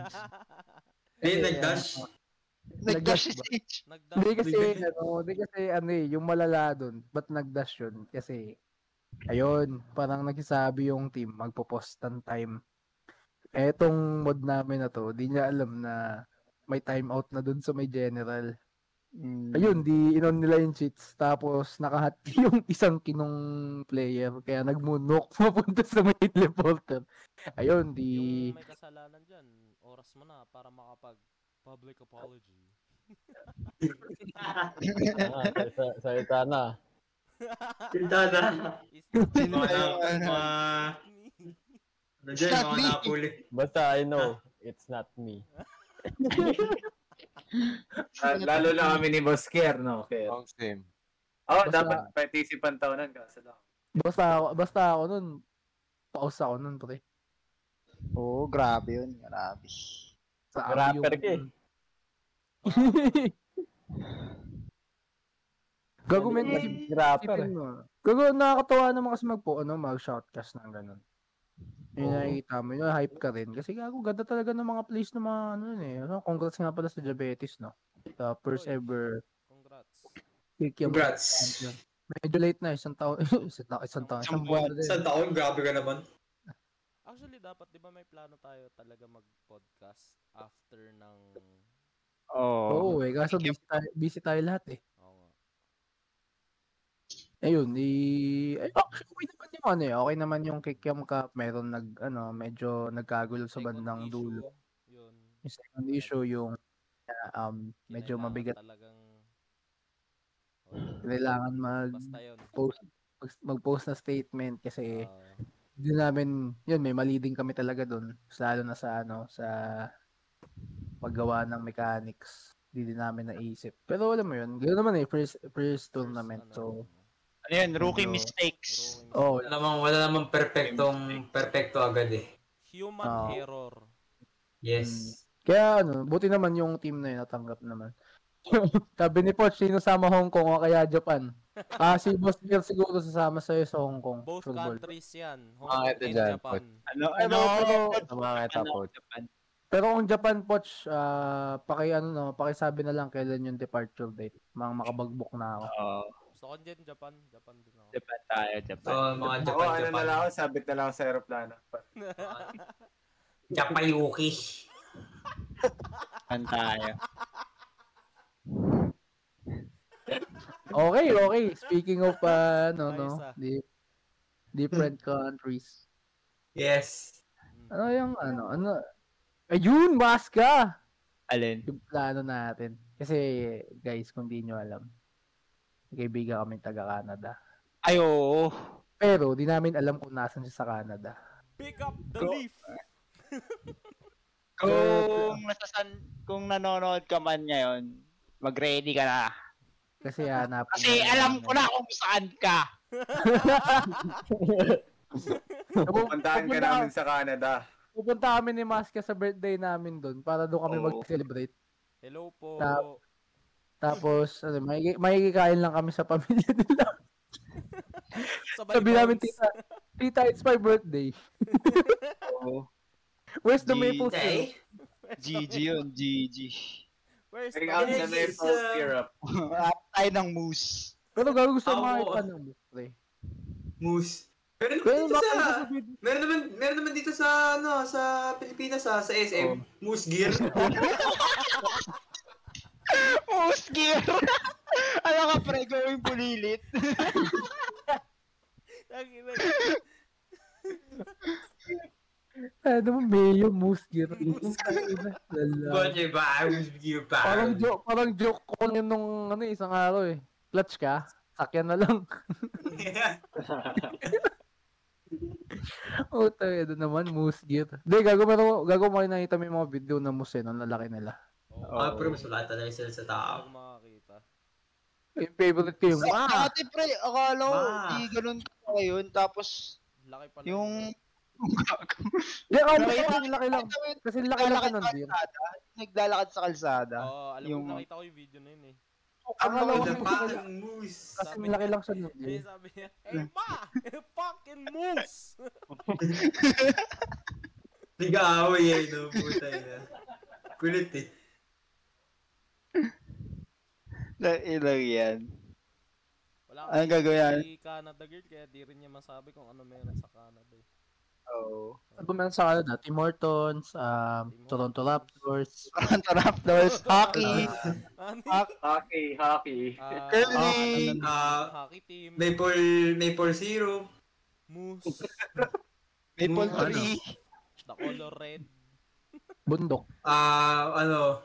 Speaker 3: Hindi,
Speaker 1: Eh,
Speaker 3: nag-dash.
Speaker 2: Nag-dash si
Speaker 1: Nag-dash ba?
Speaker 2: Sage.
Speaker 5: Nagdaan
Speaker 1: ah, Hindi kasi,
Speaker 3: Nag-dash.
Speaker 1: ano, hindi kasi, ano eh, yung malala dun, ba't nag-dash yun? Kasi, ayun, parang nagsasabi yung team, magpo-post ng time. Etong mod namin na to, di niya alam na may timeout na dun sa may general. Mm. Ayun, di inon nila yung cheats. Tapos, nakahati yung isang kinong player. Kaya nag-moonwalk papunta sa may teleporter. Ayun, di...
Speaker 5: Yung may kasalanan dyan, oras mo na para makapag public apology.
Speaker 2: Hmm.
Speaker 4: Ah, sa- Salita na.
Speaker 3: Tinta na.
Speaker 5: Is
Speaker 2: Sino
Speaker 3: Mga
Speaker 2: kayo,
Speaker 3: na-
Speaker 2: ano?
Speaker 3: mga... Ano dyan,
Speaker 2: Shot
Speaker 3: mga
Speaker 2: me.
Speaker 3: napulit.
Speaker 4: Basta I know, it's not me.
Speaker 9: Ah,
Speaker 2: Ano
Speaker 9: lalo na kami ni Boss Kier, no? Kier.
Speaker 7: Long same.
Speaker 9: Oh,
Speaker 1: Basta-
Speaker 9: dapat participant ako nun. Kaso lang.
Speaker 1: Basta ako, basta ako nun. Pause ako nun, pre.
Speaker 2: Oo, grabe yun. Grabe.
Speaker 1: Sa
Speaker 4: Rapper ka eh.
Speaker 1: Gagawin mo si
Speaker 4: Rapper eh.
Speaker 1: Isipin mo. Gago, nakakatawa naman kasi magpo, ano, mag-shoutcast ng ganun. Yung nakikita mo, yung hype ka rin. Kasi gago, ganda talaga ng mga plays ng mga ano yun eh. Ano, Congrats nga pala sa Diabetes, no? The first
Speaker 5: Oy.
Speaker 1: ever
Speaker 5: Congrats.
Speaker 1: Kikiam
Speaker 3: Congrats.
Speaker 1: Champion. Medyo late na, isang taon, isang taon, isang taon, isang buwan na
Speaker 3: Sa
Speaker 1: din.
Speaker 3: taon, grabe ka naman.
Speaker 5: Actually, dapat 'di ba may plano tayo talaga mag-podcast after ng
Speaker 1: Oo, eh, kaso busy tayo, busy tayo lahat eh.
Speaker 5: Oo nga.
Speaker 1: Ayun, i... Ay, actually, okay naman yung ano eh. Okay naman yung Kikiam Cup. Meron nag, ano, medyo nagkagulo sa
Speaker 5: Second
Speaker 1: bandang
Speaker 5: issue,
Speaker 1: dulo.
Speaker 5: Yun.
Speaker 1: Yung second issue, yung uh, um, medyo
Speaker 5: Kinailangan
Speaker 1: mabigat.
Speaker 5: Talagang Oo.
Speaker 1: Kailangan mag,
Speaker 5: Basta yun.
Speaker 1: post mag-post na statement kasi
Speaker 5: Ah,
Speaker 1: di namin yun may mali din kami talaga doon lalo na sa ano sa paggawa ng mechanics di din namin naisip pero alam mo yun ganoon naman eh first first tournament
Speaker 5: first,
Speaker 1: so
Speaker 5: ano,
Speaker 2: Ano yun, rookie
Speaker 1: Medyo-
Speaker 2: mistakes.
Speaker 5: drawing
Speaker 1: oh
Speaker 3: Wala namang, wala namang perfectong, perfecto agad eh.
Speaker 5: Human
Speaker 1: Ah.
Speaker 5: error.
Speaker 3: Yes.
Speaker 1: kaya ano buti naman yung team na yun natanggap naman sabi ni Poch sino sama Hong Kong o kaya Japan ah si Boss Bill siguro sasama sa'yo sa Hong Kong
Speaker 5: Both
Speaker 1: football.
Speaker 5: countries yan. Hong Kong
Speaker 7: Ah, ito
Speaker 5: and
Speaker 7: dyan,
Speaker 5: Japan.
Speaker 2: Ano,
Speaker 1: Ay,
Speaker 2: ano,
Speaker 4: Oh.
Speaker 1: pero-
Speaker 7: Nakakita po.
Speaker 1: Pero kung Japan Poch, ah paki ano no, pakisabi na lang kailan yung departure date. Mga makabagbok na ako.
Speaker 8: Oo,
Speaker 5: Gusto ko dyan Japan. Japan din ako.
Speaker 8: Japan tayo, Japan.
Speaker 3: Oh, mga
Speaker 9: Ako,
Speaker 3: Japan,
Speaker 9: ano na
Speaker 3: Japan.
Speaker 9: lang ako, sabit na lang ako sa aeroplano.
Speaker 3: Japayuki.
Speaker 8: Japan tayo.
Speaker 1: Okay, okay. Speaking of ah, ano no,
Speaker 5: Ayos, ah.
Speaker 1: di different countries.
Speaker 3: Yes.
Speaker 10: Hmm.
Speaker 5: Mm.
Speaker 1: Ano yung ano, ano Ayun, maska!
Speaker 8: Alin?
Speaker 1: Yung plano natin. Kasi, guys, kung di nyo alam, kaibigan kami taga-Canada.
Speaker 8: Ay, oo.
Speaker 1: Pero, di namin alam kung nasan siya sa Canada.
Speaker 5: Pick up the
Speaker 2: Go.
Speaker 5: leaf.
Speaker 1: Kung
Speaker 10: Kung nasasan, kung nanonood ka man ngayon, mag-ready ka na.
Speaker 1: Kasi hanapin eh.
Speaker 10: Kasi alam ko na kung saan ka.
Speaker 6: Pupuntahan ka namin sa Canada.
Speaker 1: Pupunta kami ni Maska sa birthday namin doon para doon kami
Speaker 6: Oo.
Speaker 1: mag-celebrate.
Speaker 5: Hello po.
Speaker 1: Tap- Tapos, ano, may, may kikain lang kami sa pamilya nila.
Speaker 5: Sabay
Speaker 1: Sabi namin,
Speaker 5: bounce.
Speaker 1: tita, tita, it's my birthday. Where's the maple
Speaker 3: eh?
Speaker 1: syrup?
Speaker 2: GG yun, GG.
Speaker 5: Where's
Speaker 9: Bring out
Speaker 5: the-
Speaker 9: the maple syrup.
Speaker 2: Atay ng moose.
Speaker 1: Pero gawin gusto mo
Speaker 3: Ako-
Speaker 1: mga itanong mo. pre.
Speaker 3: Moose. Meron
Speaker 1: Pero
Speaker 3: naman
Speaker 1: bakit mo
Speaker 3: dito sa...
Speaker 1: sabihin?
Speaker 3: Meron naman, meron naman dito sa, ano, sa Pilipinas, ah, sa, sa SM. Moose gear.
Speaker 10: Muskir! Alam ka pre, gawing bulilit.
Speaker 5: Tangina.
Speaker 1: Ano mo, mayo, moose, gear. Lala.
Speaker 3: Bunch ba? Moose gear pa.
Speaker 1: parang joke, parang joke ko yun nung ano, isang araw eh. Clutch ka, sakyan na lang. oh, tayo doon naman, moose gear. Hindi, gago, pero gago mo nakita may mga video na moose eh, no, lalaki nila.
Speaker 3: Ah, pero mas wala talaga sila sa tao.
Speaker 5: Hindi ko makakita.
Speaker 1: Yung favorite ko yung,
Speaker 2: Sa
Speaker 1: ah,
Speaker 2: dati pre, akala ko,
Speaker 3: Ma.
Speaker 2: di ganun ka yun. Tapos,
Speaker 5: Laki pala.
Speaker 2: yung...
Speaker 1: yeah, oh,
Speaker 2: Nakita-
Speaker 1: laki, laki lang. Kasi laki lang ka
Speaker 2: Naglalakad
Speaker 1: nun,
Speaker 2: sa
Speaker 1: dear.
Speaker 2: kalsada. Naglalakad sa kalsada.
Speaker 5: Oo, alam
Speaker 2: Ah, yung-
Speaker 5: mo, nakita ko yung video na yun eh.
Speaker 1: Ang
Speaker 2: Ano,
Speaker 1: laki
Speaker 3: The
Speaker 1: lang
Speaker 3: fucking moose.
Speaker 1: kasi
Speaker 5: Sabi
Speaker 1: laki
Speaker 5: niya-
Speaker 1: lang siya nun.
Speaker 5: Eh,
Speaker 1: dear.
Speaker 5: sabi niya, Hey ma! Fucking moose!
Speaker 3: Nag-aaway eh, no? Puta na. Kulit eh.
Speaker 2: Ilang yan.
Speaker 5: Wala
Speaker 2: Anong
Speaker 5: kasi
Speaker 2: gagawin yan?
Speaker 5: Si Canada girl, kaya di rin niya masabi kung ano meron sa Canada. eh.
Speaker 2: Oo.
Speaker 1: Ano meron sa Canada? Tim Hortons, um, Toronto Raptors.
Speaker 2: Toronto Raptors, hockey,
Speaker 5: Ano?
Speaker 9: Hockey, hockey.
Speaker 5: Ah,
Speaker 2: curling,
Speaker 3: Ah,
Speaker 5: hockey team,
Speaker 3: Maple, Maple Syrup.
Speaker 5: moose,
Speaker 1: ah,
Speaker 2: maple
Speaker 3: Ano?
Speaker 2: tree.
Speaker 5: the color red,
Speaker 1: Bundok.
Speaker 3: Ah, ano,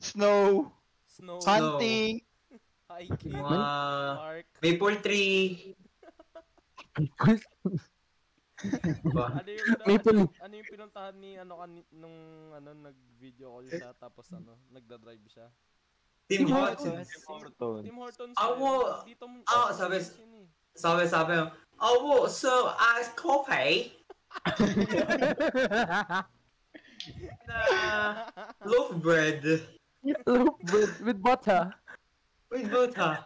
Speaker 2: Snow,
Speaker 5: snow,
Speaker 3: Sun-
Speaker 2: hunting,
Speaker 5: hiking,
Speaker 3: yung mga
Speaker 5: park.
Speaker 3: Maple Tree. Ba? Diba?
Speaker 5: Ano yung,
Speaker 1: Maple.
Speaker 5: ano yung pinuntahan ni ano kan nung ano nag-video call siya tapos ano nagda-drive siya.
Speaker 3: Tim
Speaker 1: Tim
Speaker 3: Hortons.
Speaker 5: Tim Hortons.
Speaker 3: Awo-
Speaker 5: eh. Dito mo-
Speaker 3: awo, sabi-
Speaker 5: yun eh.
Speaker 3: Sabi, sabi. Oh, so, as coffee, na loaf bread.
Speaker 1: with, with butter.
Speaker 3: With butter.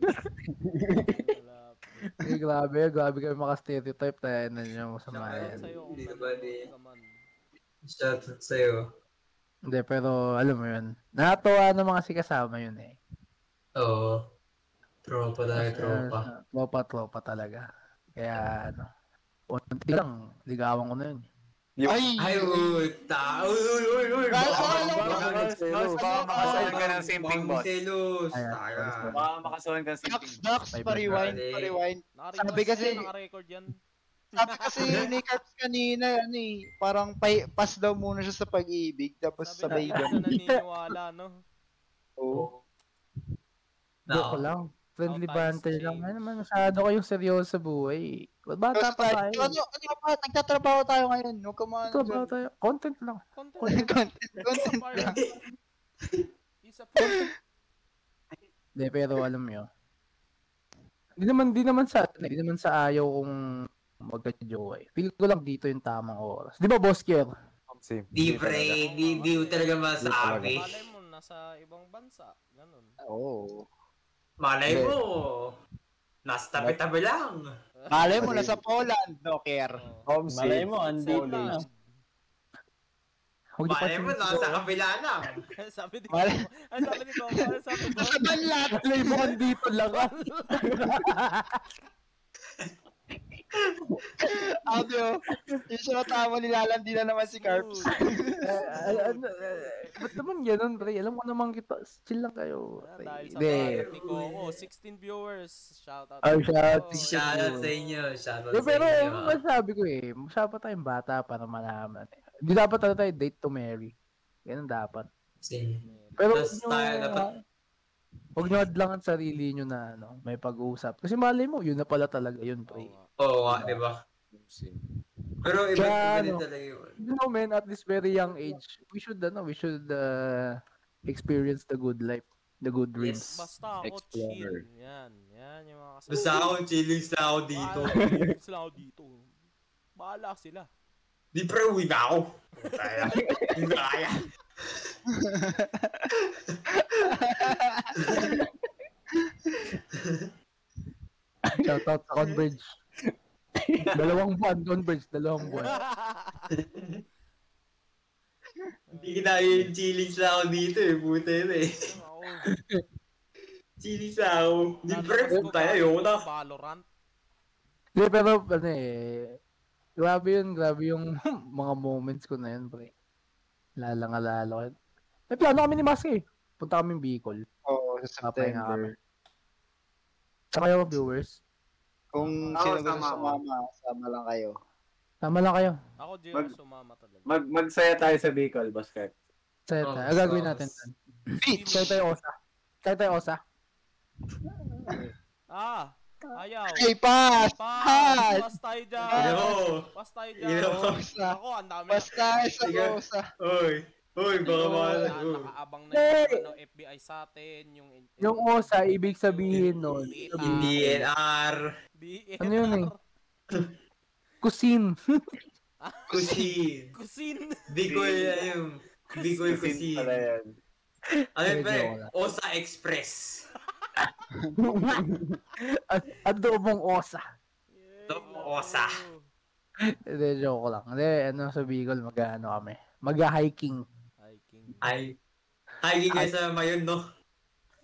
Speaker 5: Wala.
Speaker 1: Eh, grabe, grabe kami maka-stereotype tayo na nyo masama
Speaker 5: Shoutout
Speaker 1: yan.
Speaker 5: sa'yo kung
Speaker 3: Hindi
Speaker 5: nanonood
Speaker 3: ba di-
Speaker 5: ka man.
Speaker 3: Shoutout sa'yo.
Speaker 1: Hindi, pero alam mo yun. Nakatuwa ng mga sikasama yun eh.
Speaker 3: Oo. Tropa tayo, tropa.
Speaker 1: Ah, Tropa, tropa talaga. Kaya ano, unti lang, ligawan ko na yun.
Speaker 2: ay,
Speaker 3: Ay, uy, ta. Uy, uy, uy, uy.
Speaker 2: Guys,
Speaker 3: baka-
Speaker 2: ano,
Speaker 3: baka-
Speaker 9: Boss, baka makasahan ka ng simping
Speaker 3: Bang
Speaker 9: boss.
Speaker 3: Celos.
Speaker 1: Ayan,
Speaker 3: Tara.
Speaker 9: Baka makasahan ka ng simping
Speaker 2: ducks, ducks, pa-rewind,
Speaker 3: Balik.
Speaker 2: pa-rewind.
Speaker 5: Nakarecord
Speaker 2: Sabi kasi-
Speaker 5: yan, nakarecord yan.
Speaker 2: Sabi kasi ni Carbs kanina, ano eh, parang pay, pass daw muna siya sa pag-ibig, tapos sabay
Speaker 5: Sabi na
Speaker 2: daw.
Speaker 5: siya naniniwala, no?
Speaker 2: Oo.
Speaker 1: Joke lang. Friendly
Speaker 5: Now times
Speaker 1: banter lang.
Speaker 5: change.
Speaker 1: Ano naman, masyado kayong seryoso sa buhay. Bata
Speaker 2: Tapos
Speaker 1: pa
Speaker 2: tayo,
Speaker 1: tayo.
Speaker 2: ano, ano ka pa, nagtatrabaho tayo ngayon, no, come on.
Speaker 1: Ito ba tayo? Content lang.
Speaker 5: Content.
Speaker 2: Content,
Speaker 5: Isa
Speaker 2: content.
Speaker 5: pa rin. Isa pa rin.
Speaker 1: Hindi, pero alam mo yun. Hindi naman, di naman sa, di naman sa ayaw kong magka-joy. Feel ko lang dito yung tamang oras. Di ba, Boss Kier?
Speaker 10: Same.
Speaker 3: Di pre, di, di ko talaga masabi.
Speaker 5: Malay mo, nasa ibang bansa. Ganun.
Speaker 2: Ano,
Speaker 10: Oo.
Speaker 3: Malay mo. Nasa tabi-tabi lang.
Speaker 2: Malay mo, nasa Poland, no care.
Speaker 5: Oh.
Speaker 8: Home Malay mo, andito na.
Speaker 5: Poland.
Speaker 1: Huwag niyo
Speaker 3: Malay mo,
Speaker 1: pansinin.
Speaker 3: nasa kabila lang.
Speaker 5: sabi ni
Speaker 2: Malay-
Speaker 5: Coco. Ay, sabi ni Coco. Ano sabi ko?
Speaker 2: Nasa Banlat!
Speaker 1: Malay mo kung dito lang ah.
Speaker 2: Audio, yung sinatama nilalandi na naman si Carbs.
Speaker 1: Ah, ano, eh, Ba't naman ganun, pre? Alam ko naman kita. Chill lang kayo.
Speaker 5: Ah,
Speaker 1: pre.
Speaker 5: Dahil sa
Speaker 1: Hindi.
Speaker 5: bayad ni Coco. 16 viewers. Shout out.
Speaker 1: Oh, shout
Speaker 5: Coco.
Speaker 3: Shoutout sa inyo. Shoutout
Speaker 1: Hindi,
Speaker 3: sa
Speaker 1: pero
Speaker 3: inyo.
Speaker 1: ano masabi ko eh. Masyado pa tayong bata para malaman. eh. Hindi dapat talaga tayo date to marry. Ganun dapat.
Speaker 3: Sige.
Speaker 1: Pero
Speaker 3: Tas
Speaker 1: huwag nyo-
Speaker 3: tayo dapat-
Speaker 1: huwag nyo hadlang ang sarili nyo na ano, may pag-uusap. Kasi malay mo, yun na pala talaga yun,
Speaker 5: Oo
Speaker 1: pre.
Speaker 5: nga.
Speaker 3: Oo nga, di ba? Pero iba,
Speaker 1: Kaya,
Speaker 3: iba din
Speaker 1: ano,
Speaker 3: talaga yun.
Speaker 1: You know, man, at this very young age, we should, ano, we should uh, experience the good life, the good dreams.
Speaker 5: Basta ako chill.
Speaker 1: Explorer.
Speaker 5: Yan. Yan yung mga kasama.
Speaker 3: Basta ako, chilling lang ako dito.
Speaker 5: Bahala, chillings lang ako dito. Bahala sila.
Speaker 3: Di pre, uwi na ako. Kaya. Hindi na kaya.
Speaker 1: Shout out sa Converge. dalawang buwan, Converge, dalawang buwan.
Speaker 3: Hindi kinaya yung chilling lang ako dito eh. Buta yun eh. chilling lang ako. Di pre, puta yun. Ayoko na.
Speaker 5: Valorant.
Speaker 1: Hindi, pero, ano eh, grabe yun, grabe yung mga moments ko na yun, pre. Lalang-alala ko. yun. May plano kami ni Maski. eh. Punta kami Bicol.
Speaker 2: Oo, sa
Speaker 1: Papahinga kami.
Speaker 2: September.
Speaker 1: Sa kayo, viewers.
Speaker 2: Kung
Speaker 9: Ako,
Speaker 2: sino gusto
Speaker 9: sama ako.
Speaker 2: sumama, sama lang kayo.
Speaker 1: Tama lang kayo.
Speaker 5: Ako, Jero,
Speaker 9: Mag-
Speaker 5: sumama talaga.
Speaker 9: Mag magsaya tayo sa Bicol, boss Kurt.
Speaker 1: Sa
Speaker 3: Oo,
Speaker 1: ah, gagawin
Speaker 3: so-
Speaker 1: natin. yan. Kaya tayo osa. Kaya tayo osa.
Speaker 5: Ah! Ayaw!
Speaker 10: Hey, pass!
Speaker 5: Pass!
Speaker 10: Pass!
Speaker 5: Pass tayo dyan!
Speaker 3: Ano?
Speaker 5: Pass tayo dyan!
Speaker 3: Ino.
Speaker 5: Ako, ang dami.
Speaker 10: Pass tayo sa
Speaker 3: Sige.
Speaker 10: usa.
Speaker 3: Oy. Oy,
Speaker 5: Ano
Speaker 3: baka mahal.
Speaker 5: na,
Speaker 3: Oh.
Speaker 5: nakaabang na yung
Speaker 1: Hey!
Speaker 5: ano, FBI sa atin, yung...
Speaker 1: Yung osa, ibig sabihin nun.
Speaker 5: Hindi.
Speaker 1: sabihin-
Speaker 3: DNR.
Speaker 5: DNR.
Speaker 1: Ano yun eh? Kusin.
Speaker 3: Kusin.
Speaker 5: Kusin.
Speaker 3: Bicol yan yung. Bicol
Speaker 6: Kusin
Speaker 3: kusin.
Speaker 6: pala yan.
Speaker 3: Ano yun,
Speaker 1: Medyo
Speaker 3: pre?
Speaker 1: wala.
Speaker 3: Osa Express.
Speaker 1: at, at doobong osa.
Speaker 3: Osa.
Speaker 1: Hindi, joke ko lang. Hindi, ano sa Bicol, mag-ano kami. Mag-hiking.
Speaker 5: Hiking.
Speaker 3: Ay. Hiking kayo sa Mayon, no?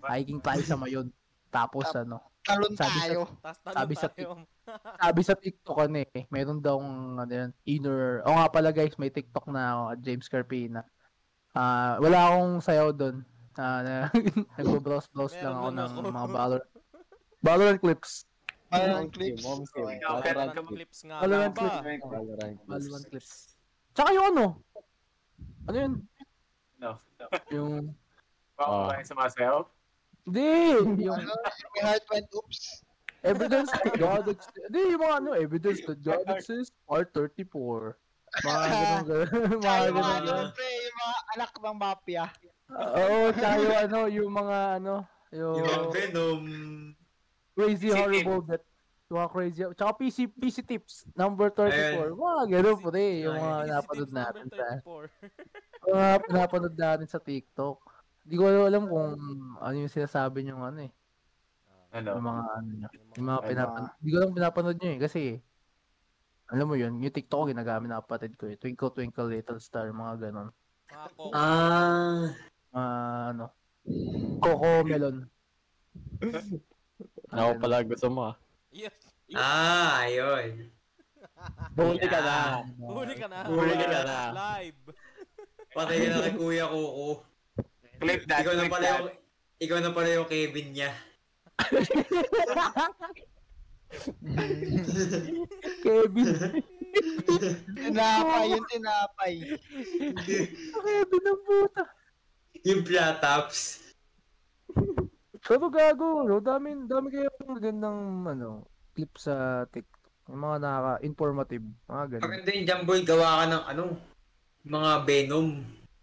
Speaker 1: Hiking tayo sa Mayon. Tapos ano,
Speaker 10: Talon
Speaker 1: Sabi sa-
Speaker 10: tayo.
Speaker 5: Tapos
Speaker 1: Sabi
Speaker 5: tanong
Speaker 1: sa
Speaker 5: tayo.
Speaker 1: sabi sa TikTok ano eh, mayroon daw ang ano yun, inner, o nga pala guys, may TikTok na ako, James Carpina. Ah, wala akong sayaw doon. Ah, na, nagbo-browse-browse lang ako
Speaker 5: Meron lang
Speaker 1: ng
Speaker 5: ako.
Speaker 1: mga Valorant. Valorant clips.
Speaker 10: Parang clips. Okay.
Speaker 9: Ikaw, Kurt,
Speaker 5: Valorant
Speaker 9: ka mag-
Speaker 5: clips nga lang
Speaker 1: Valorant
Speaker 5: ba?
Speaker 1: clips. Valorant clips. Tsaka yung ano, ano yun?
Speaker 9: No.
Speaker 1: Yung,
Speaker 9: Baka ba yung sumasayaw?
Speaker 1: hindi, yung
Speaker 10: Ano? My heart went oops.
Speaker 1: evidence that God exists. Hindi, yung mga ano, evidence that God exists part 34. Mga ganun, ganun,
Speaker 10: Tayo
Speaker 1: mga
Speaker 10: mga
Speaker 1: ganun,
Speaker 10: ano,
Speaker 1: ganun.
Speaker 10: pre, yung mga anak ng mafia.
Speaker 1: Oo, tsaka yung ano, yung mga ano, yung
Speaker 3: Yung Venom.
Speaker 1: crazy
Speaker 9: Si
Speaker 1: horrible that yung mga crazy, tsaka PC, PC tips, number 34. Mga ganun po rin, yung mga
Speaker 5: Easy
Speaker 1: napanood
Speaker 5: tips number
Speaker 1: natin sa,
Speaker 5: 34.
Speaker 1: mga napanood natin sa TikTok. Hindi ko alam kung ano yung sinasabi niyong ano eh,
Speaker 9: Ano?
Speaker 1: yung mga ano niyo. Yung mga
Speaker 6: Ay,
Speaker 1: pinapanood, hindi ko lang pinapanood niyo eh, kasi alam mo yun, yung TikTok ko ginagamit na kapatid ko eh. Twinkle Twinkle Little Star, mga ganun.
Speaker 5: Mga kok.
Speaker 3: Ah.
Speaker 1: Ah, ano, Coco Melon.
Speaker 4: Ako pala gusto mo ah.
Speaker 5: Yes.
Speaker 3: Ah, ayun.
Speaker 8: Buti ka na.
Speaker 5: Huli ka na.
Speaker 3: Huli ka na.
Speaker 5: Live.
Speaker 3: Patay ka na kay Kuya Kuko.
Speaker 9: Clip that,
Speaker 3: Ikaw na
Speaker 9: clip
Speaker 3: pala
Speaker 9: that.
Speaker 3: yung... Ikaw na pala yung Kevin niya.
Speaker 1: Kevin.
Speaker 10: Tinapay, yung tinapay.
Speaker 1: Kevin ang puta.
Speaker 3: yung Plataps.
Speaker 1: Pero gago, no? dami, dami kayo magandang ano, clip sa TikTok. Yung mga nakaka-informative. Mga ganun.
Speaker 3: Maganda yung Jumboy, gawa ka ng ano, mga Venom.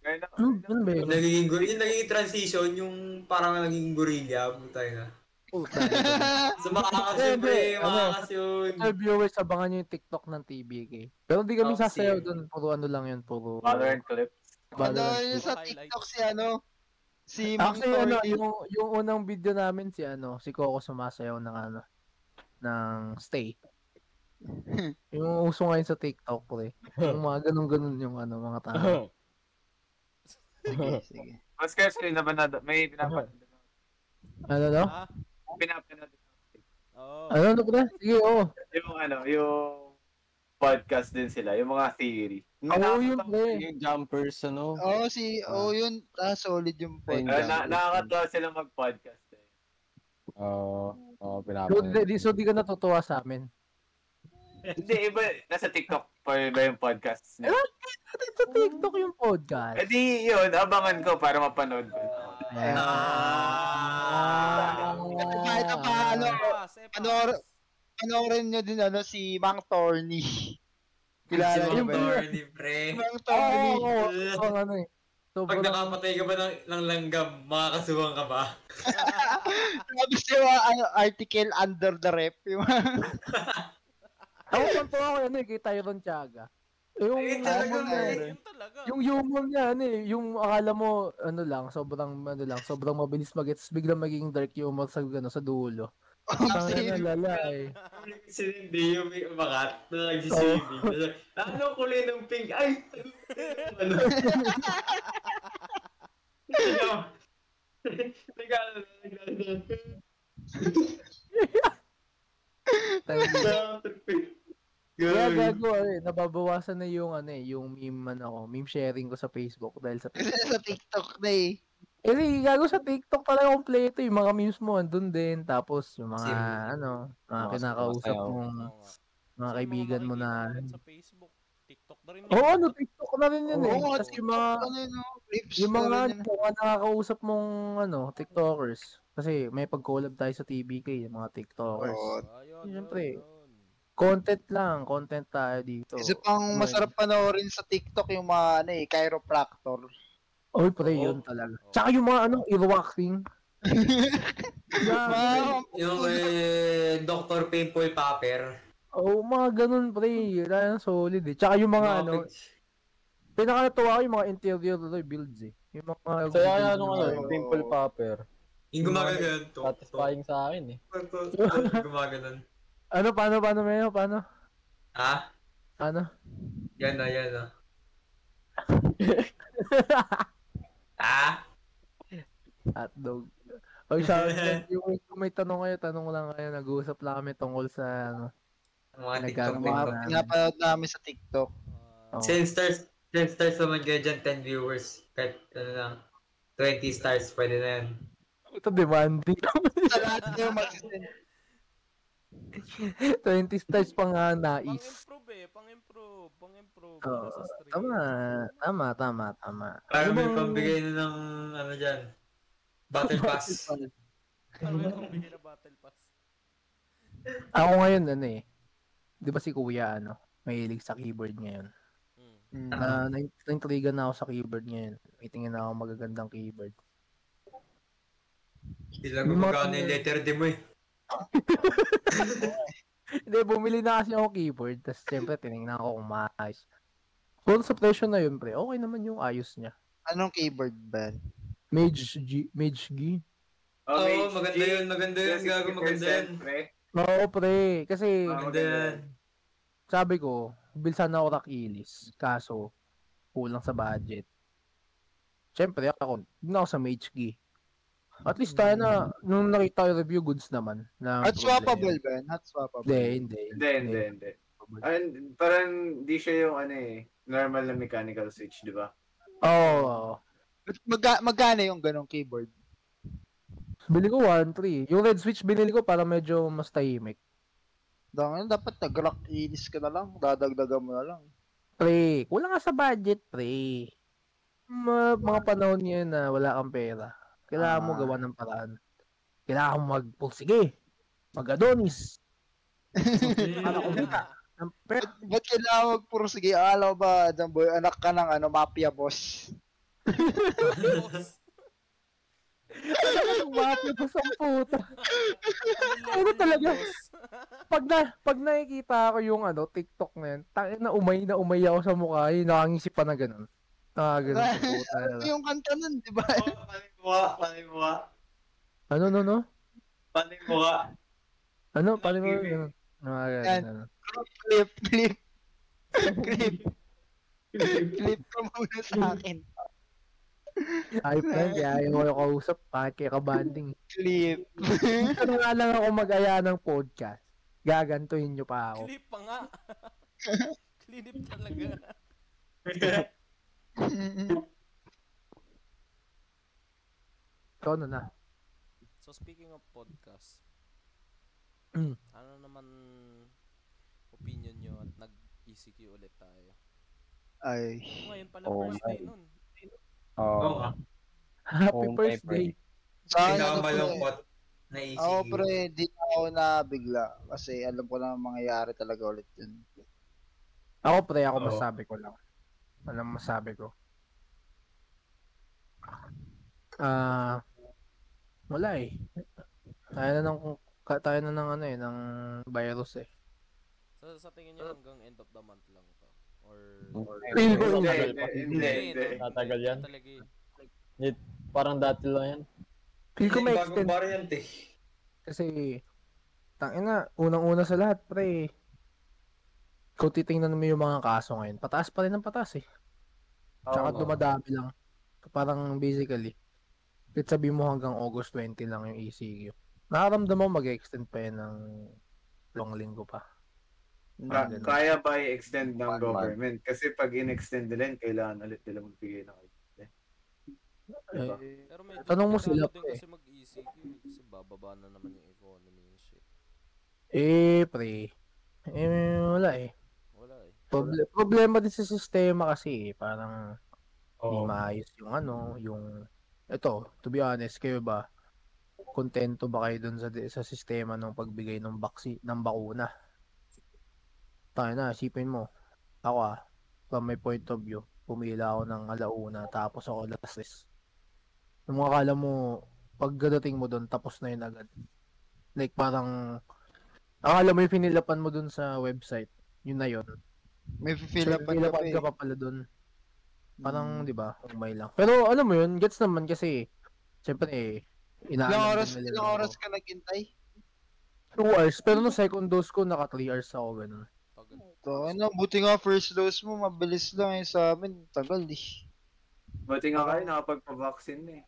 Speaker 9: Ngayon na-
Speaker 1: Ano ano ba yun?
Speaker 3: Nagiging, gor- yung nagiging transition, yung parang naging gorilla, putay na.
Speaker 1: Puta.
Speaker 3: Sumakakas
Speaker 1: Eh,
Speaker 3: yun, pre.
Speaker 1: pre, ano?
Speaker 3: Makakas yun.
Speaker 1: Sa viewers, abangan nyo yung TikTok ng TBK. Pero hindi
Speaker 10: Oh,
Speaker 1: kami
Speaker 3: Okay.
Speaker 1: sasayaw doon. Puro ano lang yun. Puro
Speaker 9: Valorant clip.
Speaker 10: Ano
Speaker 1: Valorant.
Speaker 10: yung sa
Speaker 5: Highlights.
Speaker 10: TikTok si ano? Si Mang
Speaker 1: Actually, ano,
Speaker 10: Tordy.
Speaker 1: yung, yung unang video namin si ano, si Coco sumasayaw ng ano, ng stay.
Speaker 10: Hmm.
Speaker 1: yung uso ngayon sa TikTok, pre. Yung mga ganun-ganun yung ano, mga tao.
Speaker 10: Sige, sige.
Speaker 9: Mas Kurt, sino naman na may pinapanood.
Speaker 1: Ano no?
Speaker 5: Ha?
Speaker 9: Pinapanood.
Speaker 5: Oo.
Speaker 10: Oh.
Speaker 1: Ano ano pre? Sige, oo.
Speaker 9: Yung ano, yung podcast din sila, yung mga theory.
Speaker 1: Oo,
Speaker 7: Oo,
Speaker 9: Nakakatawa
Speaker 1: yun pre.
Speaker 7: Yung jumpers, ano?
Speaker 10: Oo, si, oh, yun, ah, solid yung point.
Speaker 9: Eh, na, nakakatawa sila mag-podcast eh.
Speaker 7: Oo, oo,
Speaker 1: So,
Speaker 7: pinapanood.
Speaker 1: di, so, di ka natutuwa sa amin.
Speaker 9: Hindi, iba, nasa TikTok pa iba yung podcast niya.
Speaker 1: Atin sa TikTok yung
Speaker 9: Eh
Speaker 1: podcast.
Speaker 9: di, yun, abangan ko para mapanood ko.
Speaker 1: Ayan.
Speaker 3: Ah.
Speaker 2: Ah.
Speaker 10: Kahit ang paano,
Speaker 1: Ah,
Speaker 5: Pass, eh,
Speaker 10: ano-
Speaker 5: pass.
Speaker 2: panoorin nyo din ano si Mang Torny.
Speaker 3: Si
Speaker 2: Kilala niyo
Speaker 3: Mang
Speaker 2: ba? yun?
Speaker 3: Torny, pre.
Speaker 2: Mang Torny.
Speaker 1: Oo, Ah, oo, ano eh.
Speaker 3: Pag nakapatay ka ba ng, ng langgam, makakasuwang ka ba?
Speaker 2: Sabi siya ano, article under the rep. Yung
Speaker 1: Ako kanto ako ano eh, kay Tyron Tiaga. Yung,
Speaker 3: Ayun talaga,
Speaker 1: ano,
Speaker 3: pre.
Speaker 1: eh, yung humor niya, ano eh, yung akala mo, ano lang, sobrang, ano lang, sobrang mabilis mag-gets, biglang magiging dark humor sa, ano, sa dulo. Ang
Speaker 3: same.
Speaker 1: lala eh.
Speaker 3: Si Hindi yung may umakat na nagsiswimming. Ano kulay ng pink? Ay! Ano? Ano? Nag-ano
Speaker 1: Kaya gago, ano eh, nababawasan na yung, ano eh, yung meme, ano ko, meme sharing ko sa Facebook dahil sa
Speaker 2: sa TikTok na eh.
Speaker 1: Eh, di, gago sa TikTok pala kompleto. Yung mga memes mo, andun din. Tapos, yung mga,
Speaker 5: Same.
Speaker 1: ano, mga
Speaker 7: Mga
Speaker 1: kinakausap
Speaker 7: sayaw.
Speaker 1: mong mga kaibigan mo na.
Speaker 5: Sa Facebook, TikTok na rin.
Speaker 1: Oo, oh, ano, TikTok na rin yun eh.
Speaker 5: Oo,
Speaker 1: Tapos yung mga,
Speaker 2: Ano yun, no? Clips
Speaker 1: yung
Speaker 2: na
Speaker 1: mga, ano,
Speaker 2: rin yun.
Speaker 1: mga nakakausap mong, ano, TikTokers. Kasi may pag-collab tayo sa TBK, yung mga TikTokers.
Speaker 2: Oo.
Speaker 1: Siyempre, content lang, content tayo dito.
Speaker 2: Isa pang masarap panoorin sa TikTok yung mga ano eh, chiropractor.
Speaker 1: Oy, pre, yun talaga. Tsaka yung mga, ano, earwaxing. Gago.
Speaker 3: Yung eh, Dr. Pimple Popper.
Speaker 1: Oo, mga ganun, pre. Wala yan, solid eh. Tsaka yung mga,
Speaker 3: Mga
Speaker 1: ano, pinakatuwa ko yung mga interior ano, builds eh. Yung mga...
Speaker 4: Saya kaya nung ano,
Speaker 1: Oo.
Speaker 4: yung pimple popper.
Speaker 3: Yung gumagano'n. Tok, tok,
Speaker 4: Satisfying sa akin eh.
Speaker 3: tok, tok, tok, Gumagano'n.
Speaker 1: Ano, paano, paano, Mayo? Paano?
Speaker 3: Ha?
Speaker 1: Ano?
Speaker 3: Yan na, yan na. Ha?
Speaker 1: Hotdog. O, shout out yung kung may tanong kayo, tanong lang kayo. Nag-uusap lang kami tungkol sa ano.
Speaker 3: Mga
Speaker 1: Nagagawa
Speaker 3: TikTok,
Speaker 2: Mga
Speaker 3: TikTok.
Speaker 2: pinapanood namin sa TikTok.
Speaker 1: Oo.
Speaker 3: Send stars, send stars naman kayo dyan, 10 viewers. Kahit ano lang, 20 stars, pwede na yan.
Speaker 1: Ito, demanding.
Speaker 2: Sa lahat kayo mag-send.
Speaker 1: 20 stars pa nga nais.
Speaker 5: Pang-improve eh, pang-improve, pang-improve.
Speaker 1: Oo.
Speaker 5: sa stream.
Speaker 1: Tama. Tama, tama, tama.
Speaker 3: Para may
Speaker 1: Ano bang-
Speaker 3: pambigay na ng ano dyan. Battle pass.
Speaker 5: Ano yung pambigay na battle pass?
Speaker 1: Ako ngayon, ano eh. Di ba si Kuya, ano? Mahilig sa keyboard ngayon.
Speaker 5: Mm.
Speaker 1: Na, na, naintrigan na ako sa keyboard ngayon. May tingin na ako magagandang keyboard.
Speaker 3: Hindi lang gumagana yung letter D mo eh.
Speaker 1: Hindi, bumili na kasi ako keyboard. Tapos, syempre, tinignan ko kung maayos. Kung sa presyo na yun, pre, okay naman yung ayos niya.
Speaker 2: Anong keyboard ba?
Speaker 1: Mage G. Mage G.
Speaker 9: Oh,
Speaker 3: Oo, Oh, maganda yun, maganda yun, gago, maganda yun.
Speaker 1: Oo, pre. Ah. Kasi,
Speaker 3: Maganda yan.
Speaker 1: sabi ko, bilsan na ako rakilis. Kaso, kulang sa budget. Syempre, ako, hindi ako sa Mage G. At least tayo na, nung nakita yung review goods naman. Na
Speaker 2: Hot swappable ba? Hot swappable.
Speaker 1: Hindi, hindi.
Speaker 6: Ah, Hindi, hindi, hindi. And parang di siya yung ano eh, normal na mechanical switch, di ba?
Speaker 1: Oo. Oh,
Speaker 2: Magka, magkano yung ganong keyboard?
Speaker 1: Bili ko 1-3. Yung red switch binili ko para medyo mas tahimik.
Speaker 2: Dahil dapat nag-rock inis ka na lang. Dadagdagan mo na lang.
Speaker 1: Pre, kulang ka sa budget, pre. Ma- mga panahon ngayon na wala kang pera. Kailangan mo
Speaker 2: Ah.
Speaker 1: gawa ng paraan. Kailangan mo oh, mag-pulsige. Mag-adonis. Para kumita. ng pera.
Speaker 2: Ba't kailangan magpuro sige? Alam ba, Jamboy, anak ka ng ano, mafia boss?
Speaker 1: Bakit ba sa puta? Ano talaga? Pag na, pag nakikita ko yung ano, TikTok na yun, tangin na umay na umay ako sa mukha. Yung nakangisip pa na ganun. Nakaganon sa puta. na
Speaker 2: Ano
Speaker 1: lang.
Speaker 2: yung kanta nun, di ba?
Speaker 3: Oo, Panay mukha, panay mukha,
Speaker 1: Ano, no, no?
Speaker 3: panay mukha.
Speaker 1: Ano? Paano mo? Ano? Nakaganon. ano.
Speaker 2: Clip, clip. clip. clip ka muna sa akin.
Speaker 1: Ay, friend, kaya ayaw ko yung kausap. Bakit kayo kabanding?
Speaker 2: Clip.
Speaker 1: Ito na nga lang ako mag-aya ng podcast. Gagantuhin nyo pa ako.
Speaker 5: Clip pa nga. Clip talaga.
Speaker 1: So, ano na?
Speaker 5: So speaking of podcast,
Speaker 1: Mm.
Speaker 5: ano naman opinion nyo at nag-ECQ ulit tayo?
Speaker 2: Ay.
Speaker 5: Ngayon pala
Speaker 7: Oh,
Speaker 5: first day
Speaker 7: my.
Speaker 5: nun.
Speaker 7: Oo.
Speaker 3: Oo nga.
Speaker 1: Happy
Speaker 7: Oh, my
Speaker 1: first day.
Speaker 7: friend.
Speaker 2: Saan
Speaker 3: Kaya
Speaker 2: ano po eh?
Speaker 3: malungkot. Naisip.
Speaker 2: Oo, pre, di na ako nabigla kasi alam ko na mangyayari talaga ulit yun.
Speaker 1: Ako pre, ako
Speaker 3: Oo.
Speaker 1: masabi ko lang. Anong masabi ko? Ah, wala eh. Tayo na ng ka- tayo na ng ano eh, ng virus eh.
Speaker 5: So, sa tingin niyo hanggang end of the month lang to? Or... or
Speaker 4: Feel ko yung tagal pa.
Speaker 6: Hindi, hindi.
Speaker 4: Tatagal yan.
Speaker 5: Talaga eh.
Speaker 4: Yun, Parang dati lang yan.
Speaker 1: Feel ko may extend
Speaker 3: variant eh.
Speaker 1: kasi tangina, unang-una sa lahat pre. Kung titingnan mo yung mga kaso ngayon, pataas pa rin ang pataas eh. Tsaka
Speaker 6: Oo.
Speaker 1: dumadami lang. Parang basically, kahit sabi mo hanggang August 20 lang yung ECQ. Nakaramdam mo mag-extend pa yan ng long linggo pa.
Speaker 6: Ka-
Speaker 1: Parang ganun.
Speaker 6: kaya ba i-extend ng
Speaker 7: One month.
Speaker 6: government? Kasi pag in-extend nila, yun, kailangan ulit nila magbigay ng ID. Diba?
Speaker 1: Eh,
Speaker 5: Pero medyo
Speaker 1: Tanong mo
Speaker 5: delikado
Speaker 1: sila,
Speaker 5: din
Speaker 1: pre.
Speaker 5: kasi mag-ECQ eh, kasi bababa na naman yung economy and shit.
Speaker 1: Eh, pre. Eh, wala eh.
Speaker 5: Wala eh.
Speaker 1: Proble- problema din sa sistema kasi eh. Parang hindi
Speaker 3: Oo.
Speaker 1: maayos yung ano, yung... Ito, to be honest, kayo ba? Kontento ba kayo dun sa, sa sistema ng pagbigay ng baksi, ng bakuna? Tayo na, isipin mo. Ako ah, from my point of view, pumila ako ng alauna, tapos ako alas 3. Nung akala mo, pagdating mo dun, tapos na yun agad. Like parang, akala mo yung pinilapan mo dun sa website, yun na yun.
Speaker 2: May fill up
Speaker 1: Pero nilaban ka pa pala doon. Parang,
Speaker 2: Hmm.
Speaker 1: di ba, umay lang. Pero alam mo yun, gets naman kasi, syempre eh, inaalam
Speaker 2: Ilang
Speaker 1: din
Speaker 2: oras,
Speaker 1: nila
Speaker 2: ilang
Speaker 1: yung-
Speaker 2: oras ka naghintay?
Speaker 1: 2 hours. Pero no second dose ko, naka 3 hours ako, ganun.
Speaker 5: Tagal.
Speaker 2: So, ano, buti nga first dose mo, mabilis lang eh sa amin, tagal eh.
Speaker 6: Buti nga kayo, nakapagpa-vaccine na eh.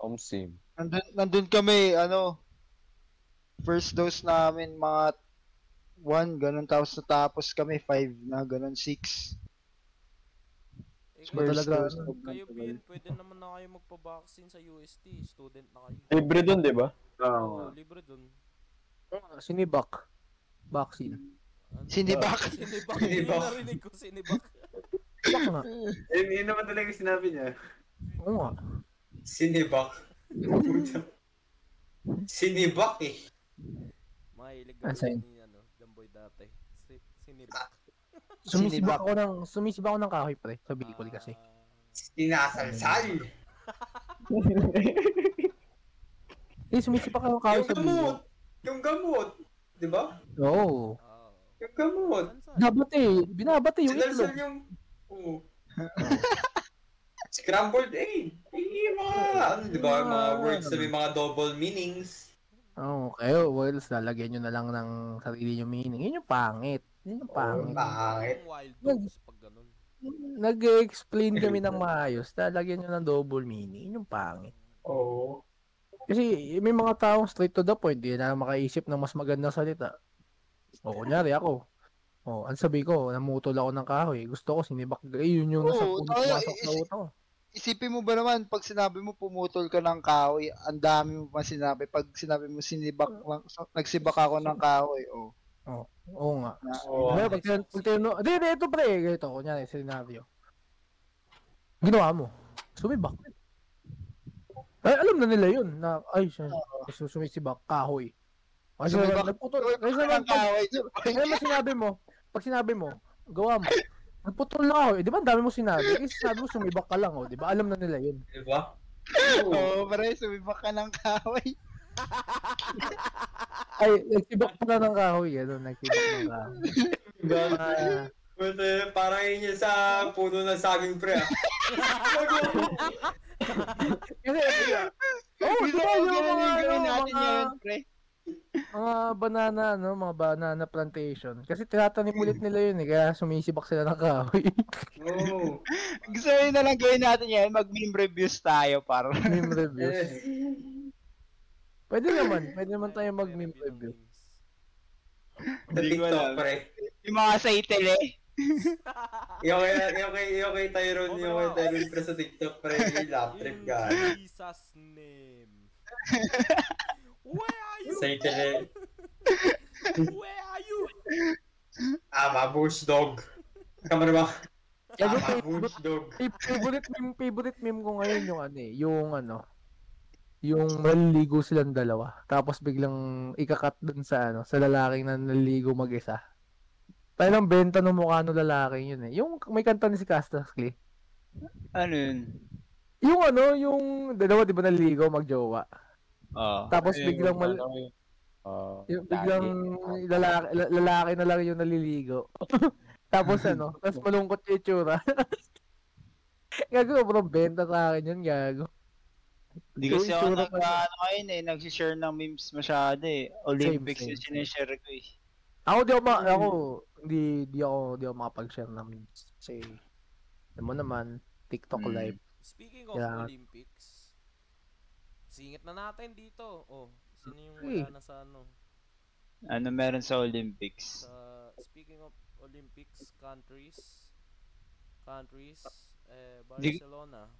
Speaker 7: Om sim.
Speaker 2: Nandun, nandun kami, ano, first dose namin, mga one, ganun, tapos natapos kami, five na, ganun, six.
Speaker 5: Eh,
Speaker 1: Pero
Speaker 5: kayo,
Speaker 2: First
Speaker 1: talaga,
Speaker 2: dose,
Speaker 1: ano,
Speaker 2: sobrang
Speaker 5: kayo
Speaker 2: tagal.
Speaker 5: Bin, pwede naman na kayo magpa-vaccine sa UST. Student na kayo.
Speaker 4: Libre dun, di ba?
Speaker 6: Oo nga.
Speaker 5: Oo, libre dun.
Speaker 1: Sinibak. Ah, Vaccine.
Speaker 5: Ano?
Speaker 2: Sinibak.
Speaker 3: Sinibak.
Speaker 5: Sinibak. Sinibak. Narinig ko, sinibak.
Speaker 1: Bak nga.
Speaker 6: Yun, yun naman talaga yung sinabi niya.
Speaker 1: Oo nga.
Speaker 3: Sinibak. Sinibak eh.
Speaker 5: Mahilig
Speaker 1: Ang
Speaker 5: ako
Speaker 1: sayo.
Speaker 5: ni ano, Jamboy dati. Si, sinibak.
Speaker 1: Sumisibak
Speaker 2: Sinibak.
Speaker 1: ako ng, sumisibak ako ng kahoy, pre, sa Bicol kasi.
Speaker 3: Sinasalsal.
Speaker 1: Eh, sumisibak ako ng kahoy
Speaker 3: Yung
Speaker 1: sa
Speaker 2: ano?
Speaker 1: Bicol.
Speaker 3: gamot. Yung gamot. Di ba?
Speaker 1: Oo.
Speaker 5: Ah, oo.
Speaker 3: Yung gamot.
Speaker 5: Saan saan?
Speaker 1: Dapat eh, binabate yung
Speaker 3: Sinalsal
Speaker 1: itlog.
Speaker 3: yung... Oo. Scrambled egg. Eh, yung mga, ano, di ba, yung mga words na may mga double meanings.
Speaker 1: Oo, kayo, well, lalagyan nyo na lang ng sarili yung meaning. Yun yung pangit. Yun yung pangit.
Speaker 3: Pangit.
Speaker 5: Ang wild dogs pag ganun.
Speaker 1: nag-explain kami ng maayos, lalagyan nyo ng double meaning. Yun yung pangit.
Speaker 3: Oo.
Speaker 1: Kasi may mga taong straight to the point, di na makaisip ng mas magandang salita. O kunyari ako, o ang sabi ko, namutol ako ng kahoy, gusto ko sinibak, eh, yun yung nasa
Speaker 2: Oo,
Speaker 1: punit
Speaker 2: tayo,
Speaker 1: pumasok sa
Speaker 2: isi-
Speaker 1: utak ko.
Speaker 2: Isipin mo ba naman, pag sinabi mo pumutol ka ng kahoy, ang dami mo pa sinabi. Pag sinabi mo sinibak lang, so, nagsibak ako ng kahoy, oh.
Speaker 1: Oo nga.
Speaker 3: Oo.
Speaker 1: Kaya pag tin- pag tinanong, di, di, ito pre, ito, kunyari, scenario. Ginawa mo, sumibak. Ay, alam na nila yun, na, ay, siya, sumisibak, kahoy. Kasi
Speaker 2: Sumibak.
Speaker 1: nagputol. Kasi
Speaker 2: Putol ka ng
Speaker 1: naman, pag-
Speaker 2: kahoy.
Speaker 1: Kaya mas sinabi mo, pag sinabi mo, gawa mo, nagputol na ako eh. Di ba ang dami mo sinabi? Kasi sinabi mo sumibak ka lang oh. Di ba? Alam na nila yun.
Speaker 3: Di ba?
Speaker 2: Oo, pare, Oh, sumibak ka ng kahoy.
Speaker 1: Ay, nagsibak pala ng kahoy. Ano, nagsibak ng kahoy.
Speaker 3: Diba?
Speaker 2: ah.
Speaker 3: Puta, parang yun yung sa puno ng saging pre ah.
Speaker 1: Kasi, eh, oh, di
Speaker 2: Gusto
Speaker 1: ba
Speaker 2: ko
Speaker 1: yung mga,
Speaker 2: ganun
Speaker 1: ano,
Speaker 2: yung gawin natin
Speaker 1: mga,
Speaker 2: ngayon, pre.
Speaker 1: mga banana, no? Mga banana plantation. Kasi tinatanim ulit nila yun eh. Kaya sumisibak sila ng kahoy.
Speaker 3: Oo.
Speaker 2: Gusto ko na lang gawin natin yan, mag-meme reviews tayo, para.
Speaker 1: meme reviews. Pwede naman. Pwede naman tayo mag-meme
Speaker 5: Meron
Speaker 1: review.
Speaker 5: memes.
Speaker 3: Sa
Speaker 2: Hindi ko
Speaker 3: TikTok
Speaker 2: alam.
Speaker 3: pre.
Speaker 2: Yung mga sa Itele.
Speaker 3: Yung kay, yung kay, yung kay Tyrone, yung kay Tyrone pre sa TikTok pre. Yung lap trip ka.
Speaker 5: In Jesus name. Where are you?
Speaker 3: Sa itele,
Speaker 5: Where are you?
Speaker 3: ah, mabush dog. Kamara ba?
Speaker 1: Yan
Speaker 3: Ah,
Speaker 1: yung favorite
Speaker 3: mabush dog.
Speaker 1: Fa- favorite meme, favorite meme ko ngayon yung ano eh, yung ano, yung maliligo silang dalawa. Tapos biglang ikakat dun sa ano, sa lalaking na naliligo mag-isa. Tayo ng benta ng mukha ng lalaki yun eh. Yung may kanta ni si Castas Clay.
Speaker 2: Ano yun?
Speaker 1: Yung ano, yung dalawa di ba naliligo magjowa. Tapos biglang mal- Yung biglang lalaki, la- lalaki na lang yung naliligo. Tapos ano, tapos malungkot yung itsura. gago, bro, benta sa akin yun, gago.
Speaker 2: Hindi
Speaker 1: Yung
Speaker 2: kasi ako
Speaker 1: itsura
Speaker 2: nag,
Speaker 1: pa niya.
Speaker 2: ano ngayon eh, nagsishare ng memes masyado eh. Olympics
Speaker 1: same.
Speaker 2: yung sinishare ko eh.
Speaker 1: Ako di ako, ma- ako, hindi, di ako, di ako makapag-share ng memes. Kasi, alam mo naman, TikTok
Speaker 5: Mm.
Speaker 1: live.
Speaker 5: Speaking of
Speaker 1: Kailangan-
Speaker 5: Olympics, singit na natin dito. Oh, sino yung
Speaker 2: Hey.
Speaker 5: wala na sa ano?
Speaker 2: Ano meron sa Olympics?
Speaker 5: Sa, speaking of Olympics countries, countries, eh,
Speaker 2: Di-
Speaker 5: Barcelona.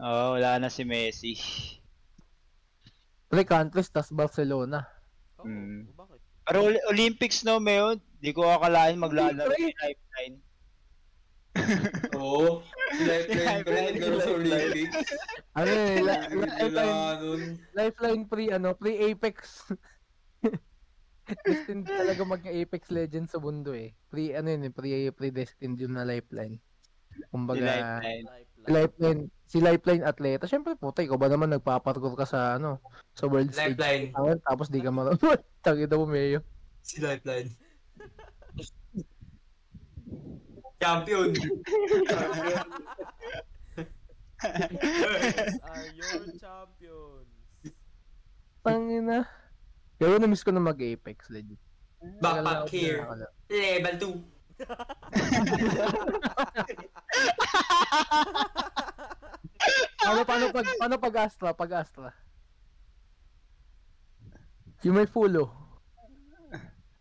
Speaker 2: Oh, wala na si Messi.
Speaker 1: Pre, countries, tas Barcelona.
Speaker 2: Mm.
Speaker 5: oh,
Speaker 2: Pero Oli- Olympics no, Mayon? Di ko akalain maglalaro si Lifeline.
Speaker 3: Oo. Lifeline pre, naglaro sa Olympics.
Speaker 1: Ano eh, la- la- lifeline,
Speaker 3: Wala nun.
Speaker 1: lifeline pre, ano, pre-Apex. Destined talaga mag-Apex Legends sa mundo eh. Pre, ano yun eh, pre, pre-destined yun na lifeline. Kumbaga,
Speaker 2: Si Lifeline.
Speaker 1: Lifeline, si Lifeline atleta. Siyempre, puta, ikaw ba naman nagpaparkour ka sa, ano, sa world stage?
Speaker 3: Lifeline.
Speaker 1: Tawag, tapos di ka marunong. Tangin mo, Mayo.
Speaker 3: Si Lifeline. Champion.
Speaker 5: Are your champions.
Speaker 1: Tangin na. Gawin na miss ko na mag-Apex, legit.
Speaker 3: Backpack here. Level 2.
Speaker 1: Paano, paano, pag, paano pag Astra? Pag Astra. Yung may fulo.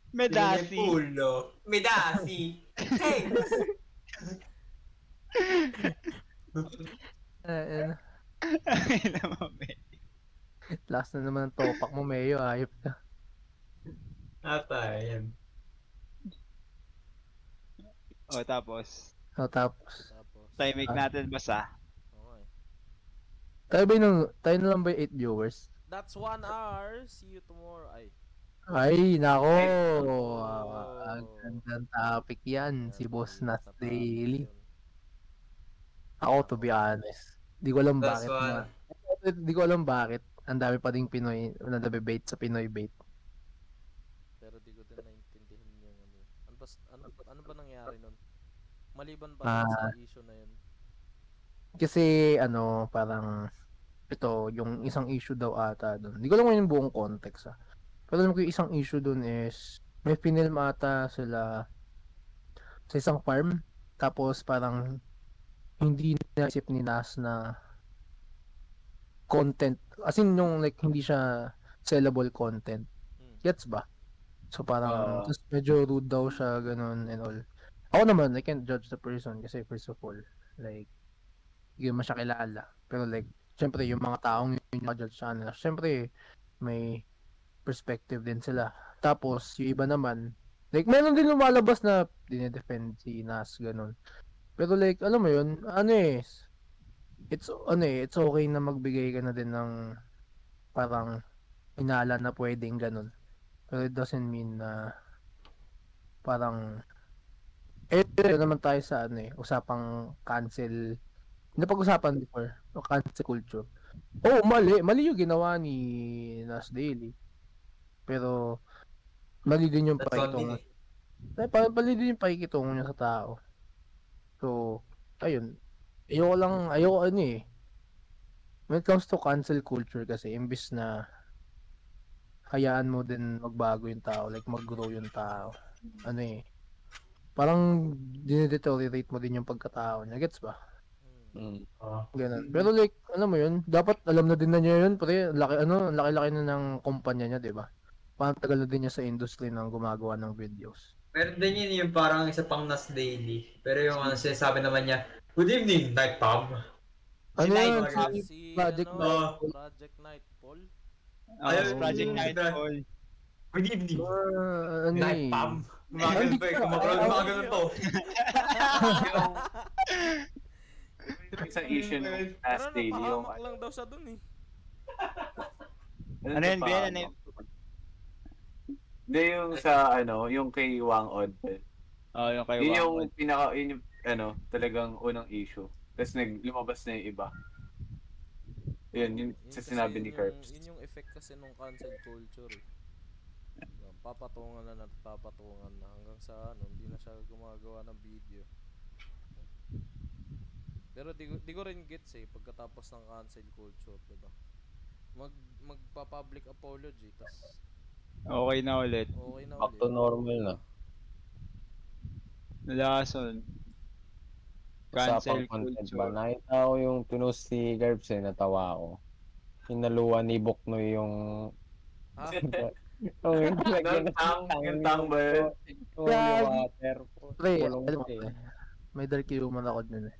Speaker 2: Medasi.
Speaker 3: Pulo. Medasi. Hey!
Speaker 1: Uh, Last na naman ang topak mo, Mayo. Ayop ka.
Speaker 3: Ata, yan.
Speaker 2: O Oh, tapos,
Speaker 1: So, tapos.
Speaker 2: timing
Speaker 1: Ah.
Speaker 2: natin basta.
Speaker 1: Tayo ba yung, tayo na lang ba yung 8 viewers?
Speaker 5: That's one hour. See you tomorrow. Ay,
Speaker 1: Ay, nako. Ang gandang topic yan. Hmm, Si Boss Nas Daily. Ako, to be honest. Di ko alam bakit.
Speaker 3: That's one.
Speaker 1: Na, di ko alam bakit. Ang dami pa ding Pinoy na nabibait sa Pinoy bait.
Speaker 5: pero di ko din naintindihan yung ano. Ano ba, ano, ano ba nangyari nun? Maliban ba
Speaker 1: Ah.
Speaker 5: sa issue na yun?
Speaker 1: Kasi ano, parang ito, yung isang issue daw ata doon. Hindi ko alam kung yung buong context ah. Pero alam ko yung isang issue doon is may pinilm ata sila sa isang farm. Tapos parang hindi naisip ni Nas na content. As in yung like hindi siya sellable content. Gets ba? So
Speaker 6: Ah.
Speaker 1: parang tas medyo rude daw siya ganun and all. Ako naman, I can't judge the person kasi first of all, like hindi mo siya kilala. Pero like, syempre yung mga taong yun yung judge sa kanila. Syempre, may perspective din sila. Tapos, yung iba naman, like, meron din lumalabas na dinedefend si Nas, ganun. Pero like, alam mo yun, ano eh, it's, ano eh, it's okay na magbigay ka na din ng parang inala na pwedeng ganun. Pero it doesn't mean na parang eh, yun naman tayo sa ano eh, usapang cancel napag-usapan before, o cancel culture. Oh, mali. Mali yung ginawa ni Nas Daily. Pero, mali din yung
Speaker 3: That's one
Speaker 1: pakitungo.
Speaker 3: thing
Speaker 1: Eh, pa- mali din yung pakikitungo niya sa tao. So, ayun. Ayoko lang, ayoko ano eh. When it comes to cancel culture kasi, imbis na hayaan mo din magbago yung tao, like mag-grow yung tao. Ano eh. Parang dinedeteriorate mo din yung pagkatao niya. Gets ba?
Speaker 5: Hmm.
Speaker 3: Oh.
Speaker 1: Ganun. Pero like, alam mo yun, dapat alam na din na niya yun, pre, laki, ano, laki-laki na ng kumpanya niya, di ba? Parang tagal na din niya sa industry ng gumagawa ng videos.
Speaker 3: Meron din yun yung parang isa pang Nas Daily. Pero yung ano sinasabi naman niya, Good evening, Night Pub.
Speaker 1: Ano
Speaker 3: Night
Speaker 1: yun?
Speaker 3: Warriors.
Speaker 1: Si Project
Speaker 3: ano,
Speaker 1: Night.
Speaker 5: Project Nightfall?
Speaker 2: Ayun, Oh, Project Nightfall.
Speaker 3: Good evening.
Speaker 1: Ah, ano
Speaker 3: Night
Speaker 1: eh.
Speaker 3: Pub. Gumagano ba eh? Gumagano to.
Speaker 9: dun sa issue ng last day, yung...
Speaker 5: Pahamak lang daw siya dun eh.
Speaker 9: Ano yun, Ben? Ano yun? Hindi, yung sa, ano, yung kay Wang Od.
Speaker 10: Oh, yung kay
Speaker 9: yun
Speaker 10: Wang
Speaker 9: yung
Speaker 10: Od.
Speaker 9: pinaka, yun yung, ano, talagang unang issue. Tapos nag, lumabas na yung iba. Yun, yung sa
Speaker 5: kasi
Speaker 9: sinabi
Speaker 5: yun
Speaker 9: ni
Speaker 5: yung-
Speaker 9: Curbs.
Speaker 5: Yun yung effect kasi nung cancel culture eh. Diba? Papatungan na at papatungan na hanggang sa ano, hindi na siya gumagawa ng video. Pero di, ko- di ko rin gets eh, pagkatapos ng cancel culture, di ba? Mag, magpa-public apology, tas
Speaker 2: Okay na ulit.
Speaker 5: okay na
Speaker 7: Back to
Speaker 5: ulit.
Speaker 7: normal na.
Speaker 2: Lason.
Speaker 7: Usapang
Speaker 2: Cancel
Speaker 7: content
Speaker 2: culture.
Speaker 7: ba? Nakita ko yung pinost ni Garbs eh, natawa ko. Hinaluan ni Boknoy yung...
Speaker 5: Ah.
Speaker 7: oh, yung
Speaker 9: Yung tang, yung tang ba yun?
Speaker 7: Oh, yung water.
Speaker 1: Pre,
Speaker 7: Pulong
Speaker 1: alam mo,
Speaker 7: pre.
Speaker 1: pre, may dark human ako dun eh.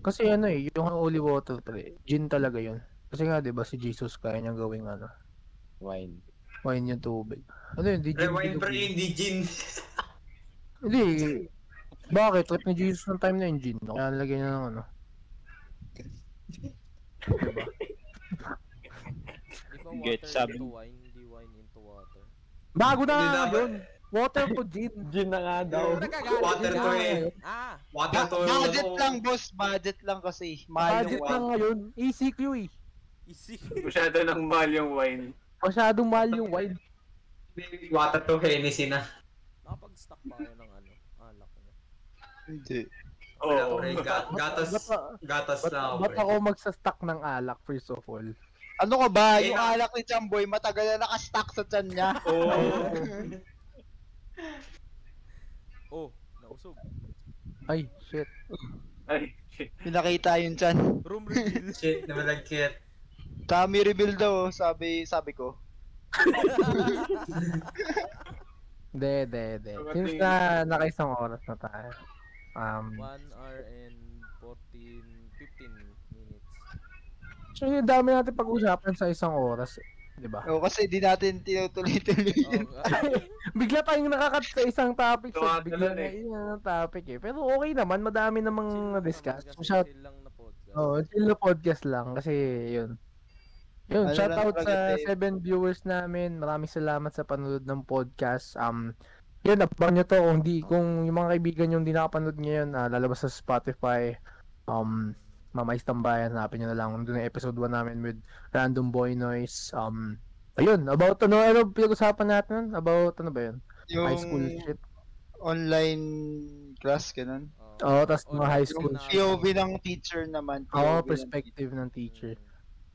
Speaker 1: Kasi ano eh, yung holy water pre, gin talaga yun. Kasi nga, di ba, si Jesus kaya niyang gawing ano,
Speaker 7: Wine.
Speaker 1: wine yung tubig. Ano yun, di
Speaker 3: Pre,
Speaker 1: gin.
Speaker 3: Eh, wine
Speaker 1: di
Speaker 3: pre,
Speaker 1: tubig.
Speaker 3: hindi gin.
Speaker 1: Hindi, bakit? Trip ni Jesus ng time na yung gin. Kaya nalagyan niya ng ano.
Speaker 5: Di ba
Speaker 2: Get
Speaker 5: water
Speaker 2: sabi-
Speaker 5: into wine, hindi wine into water.
Speaker 1: Bago na
Speaker 3: Hindi
Speaker 1: nga
Speaker 3: dapat.
Speaker 1: yun! Water to gin!
Speaker 7: Gin na nga daw.
Speaker 3: Water to eh.
Speaker 5: Ah!
Speaker 3: Water
Speaker 2: Ba-
Speaker 3: to.
Speaker 2: budget lang, boss. Budget lang kasi. Mahal
Speaker 1: Budget
Speaker 2: yung
Speaker 1: lang
Speaker 2: wine.
Speaker 1: ngayon. ECQ eh.
Speaker 5: Easy.
Speaker 9: Masyado ng mahal yung wine.
Speaker 1: Masyadong mahal yung wine.
Speaker 3: Water to Hennessy na.
Speaker 5: Nakapag-stock ba kayo ng ano? Alak niya.
Speaker 2: Hindi.
Speaker 9: Oo.
Speaker 3: Wala, pre, ga- gatas,
Speaker 1: Ba't, ba't-
Speaker 3: gatas
Speaker 1: ba't,
Speaker 3: lang ako,
Speaker 1: ba't
Speaker 3: pre.
Speaker 1: ako magsastock ng alak first of all?
Speaker 2: Ano ka ba?
Speaker 3: Eh,
Speaker 2: Yung
Speaker 3: na-
Speaker 2: alak ni Chamboy, matagal na nakastack sa tiyan niya.
Speaker 3: Oo.
Speaker 5: Oh, nausog.
Speaker 1: Ay, shit.
Speaker 9: Ay, shit.
Speaker 2: Pinakita yung tiyan.
Speaker 5: Room reveal.
Speaker 3: Shit, namalagkit.
Speaker 2: Tummy reveal daw, oh, sabi sabi ko.
Speaker 1: De, de, de.
Speaker 9: Dumating.
Speaker 1: Since na nakaisang oras na tayo. Um,
Speaker 5: 1 hour and 14, 15 minutes.
Speaker 1: so yung dami natin pag-usapan sa isang oras. Di ba?
Speaker 2: O, kasi di natin tinutuloy-tuloy yun.
Speaker 5: Oh,
Speaker 1: Bigla tayong nakakat sa isang topic. So,
Speaker 9: Tumatalan
Speaker 1: bigla na
Speaker 9: eh.
Speaker 1: yun ang topic eh. Pero okay naman, madami namang na-discuss. So, shout,
Speaker 5: Chill lang na podcast.
Speaker 1: oh, chill na podcast lang kasi yun. Yun,
Speaker 2: Ano
Speaker 1: shout
Speaker 2: lang
Speaker 1: out sa
Speaker 2: talaga, Dave?
Speaker 1: seven viewers namin. Maraming salamat sa panonood ng podcast. Um, yun, abang nyo to. Kung, di, kung yung mga kaibigan nyo hindi nakapanood ngayon, ah, lalabas sa Spotify. Um, Mamay Tambayan, hanapin nyo na lang. Doon yung episode 1 namin with Random Boy Noise. Um, ayun, about ano, ano pinag-usapan natin? nun? About ano ba yun?
Speaker 2: Yung
Speaker 1: High school shit.
Speaker 2: online class, ganun.
Speaker 5: Oh.
Speaker 1: Oo, Oh, tas mga high school
Speaker 2: Yung
Speaker 1: Ah.
Speaker 2: POV ng teacher naman.
Speaker 1: Oo,
Speaker 2: POV ng
Speaker 1: perspective ng teacher.
Speaker 5: ano,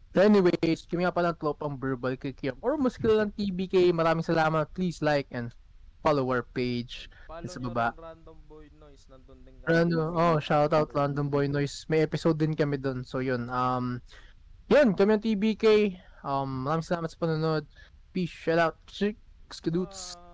Speaker 1: So anyways, kami nga pala ang tropang verbal kikiam or mas kilalang TBK. Maraming salamat. Please like and follow our page.
Speaker 5: Follow
Speaker 1: Sa
Speaker 5: nyo
Speaker 1: baba.
Speaker 5: rin Random Boy Noise. Nandun din
Speaker 1: Random, oh, shout out Random Boy Noise. May episode din kami doon. So yun. Um yun, kami ang TBK. Um maraming salamat sa panonood. Peace, shout out. Chicks, kadoots.
Speaker 5: Bye.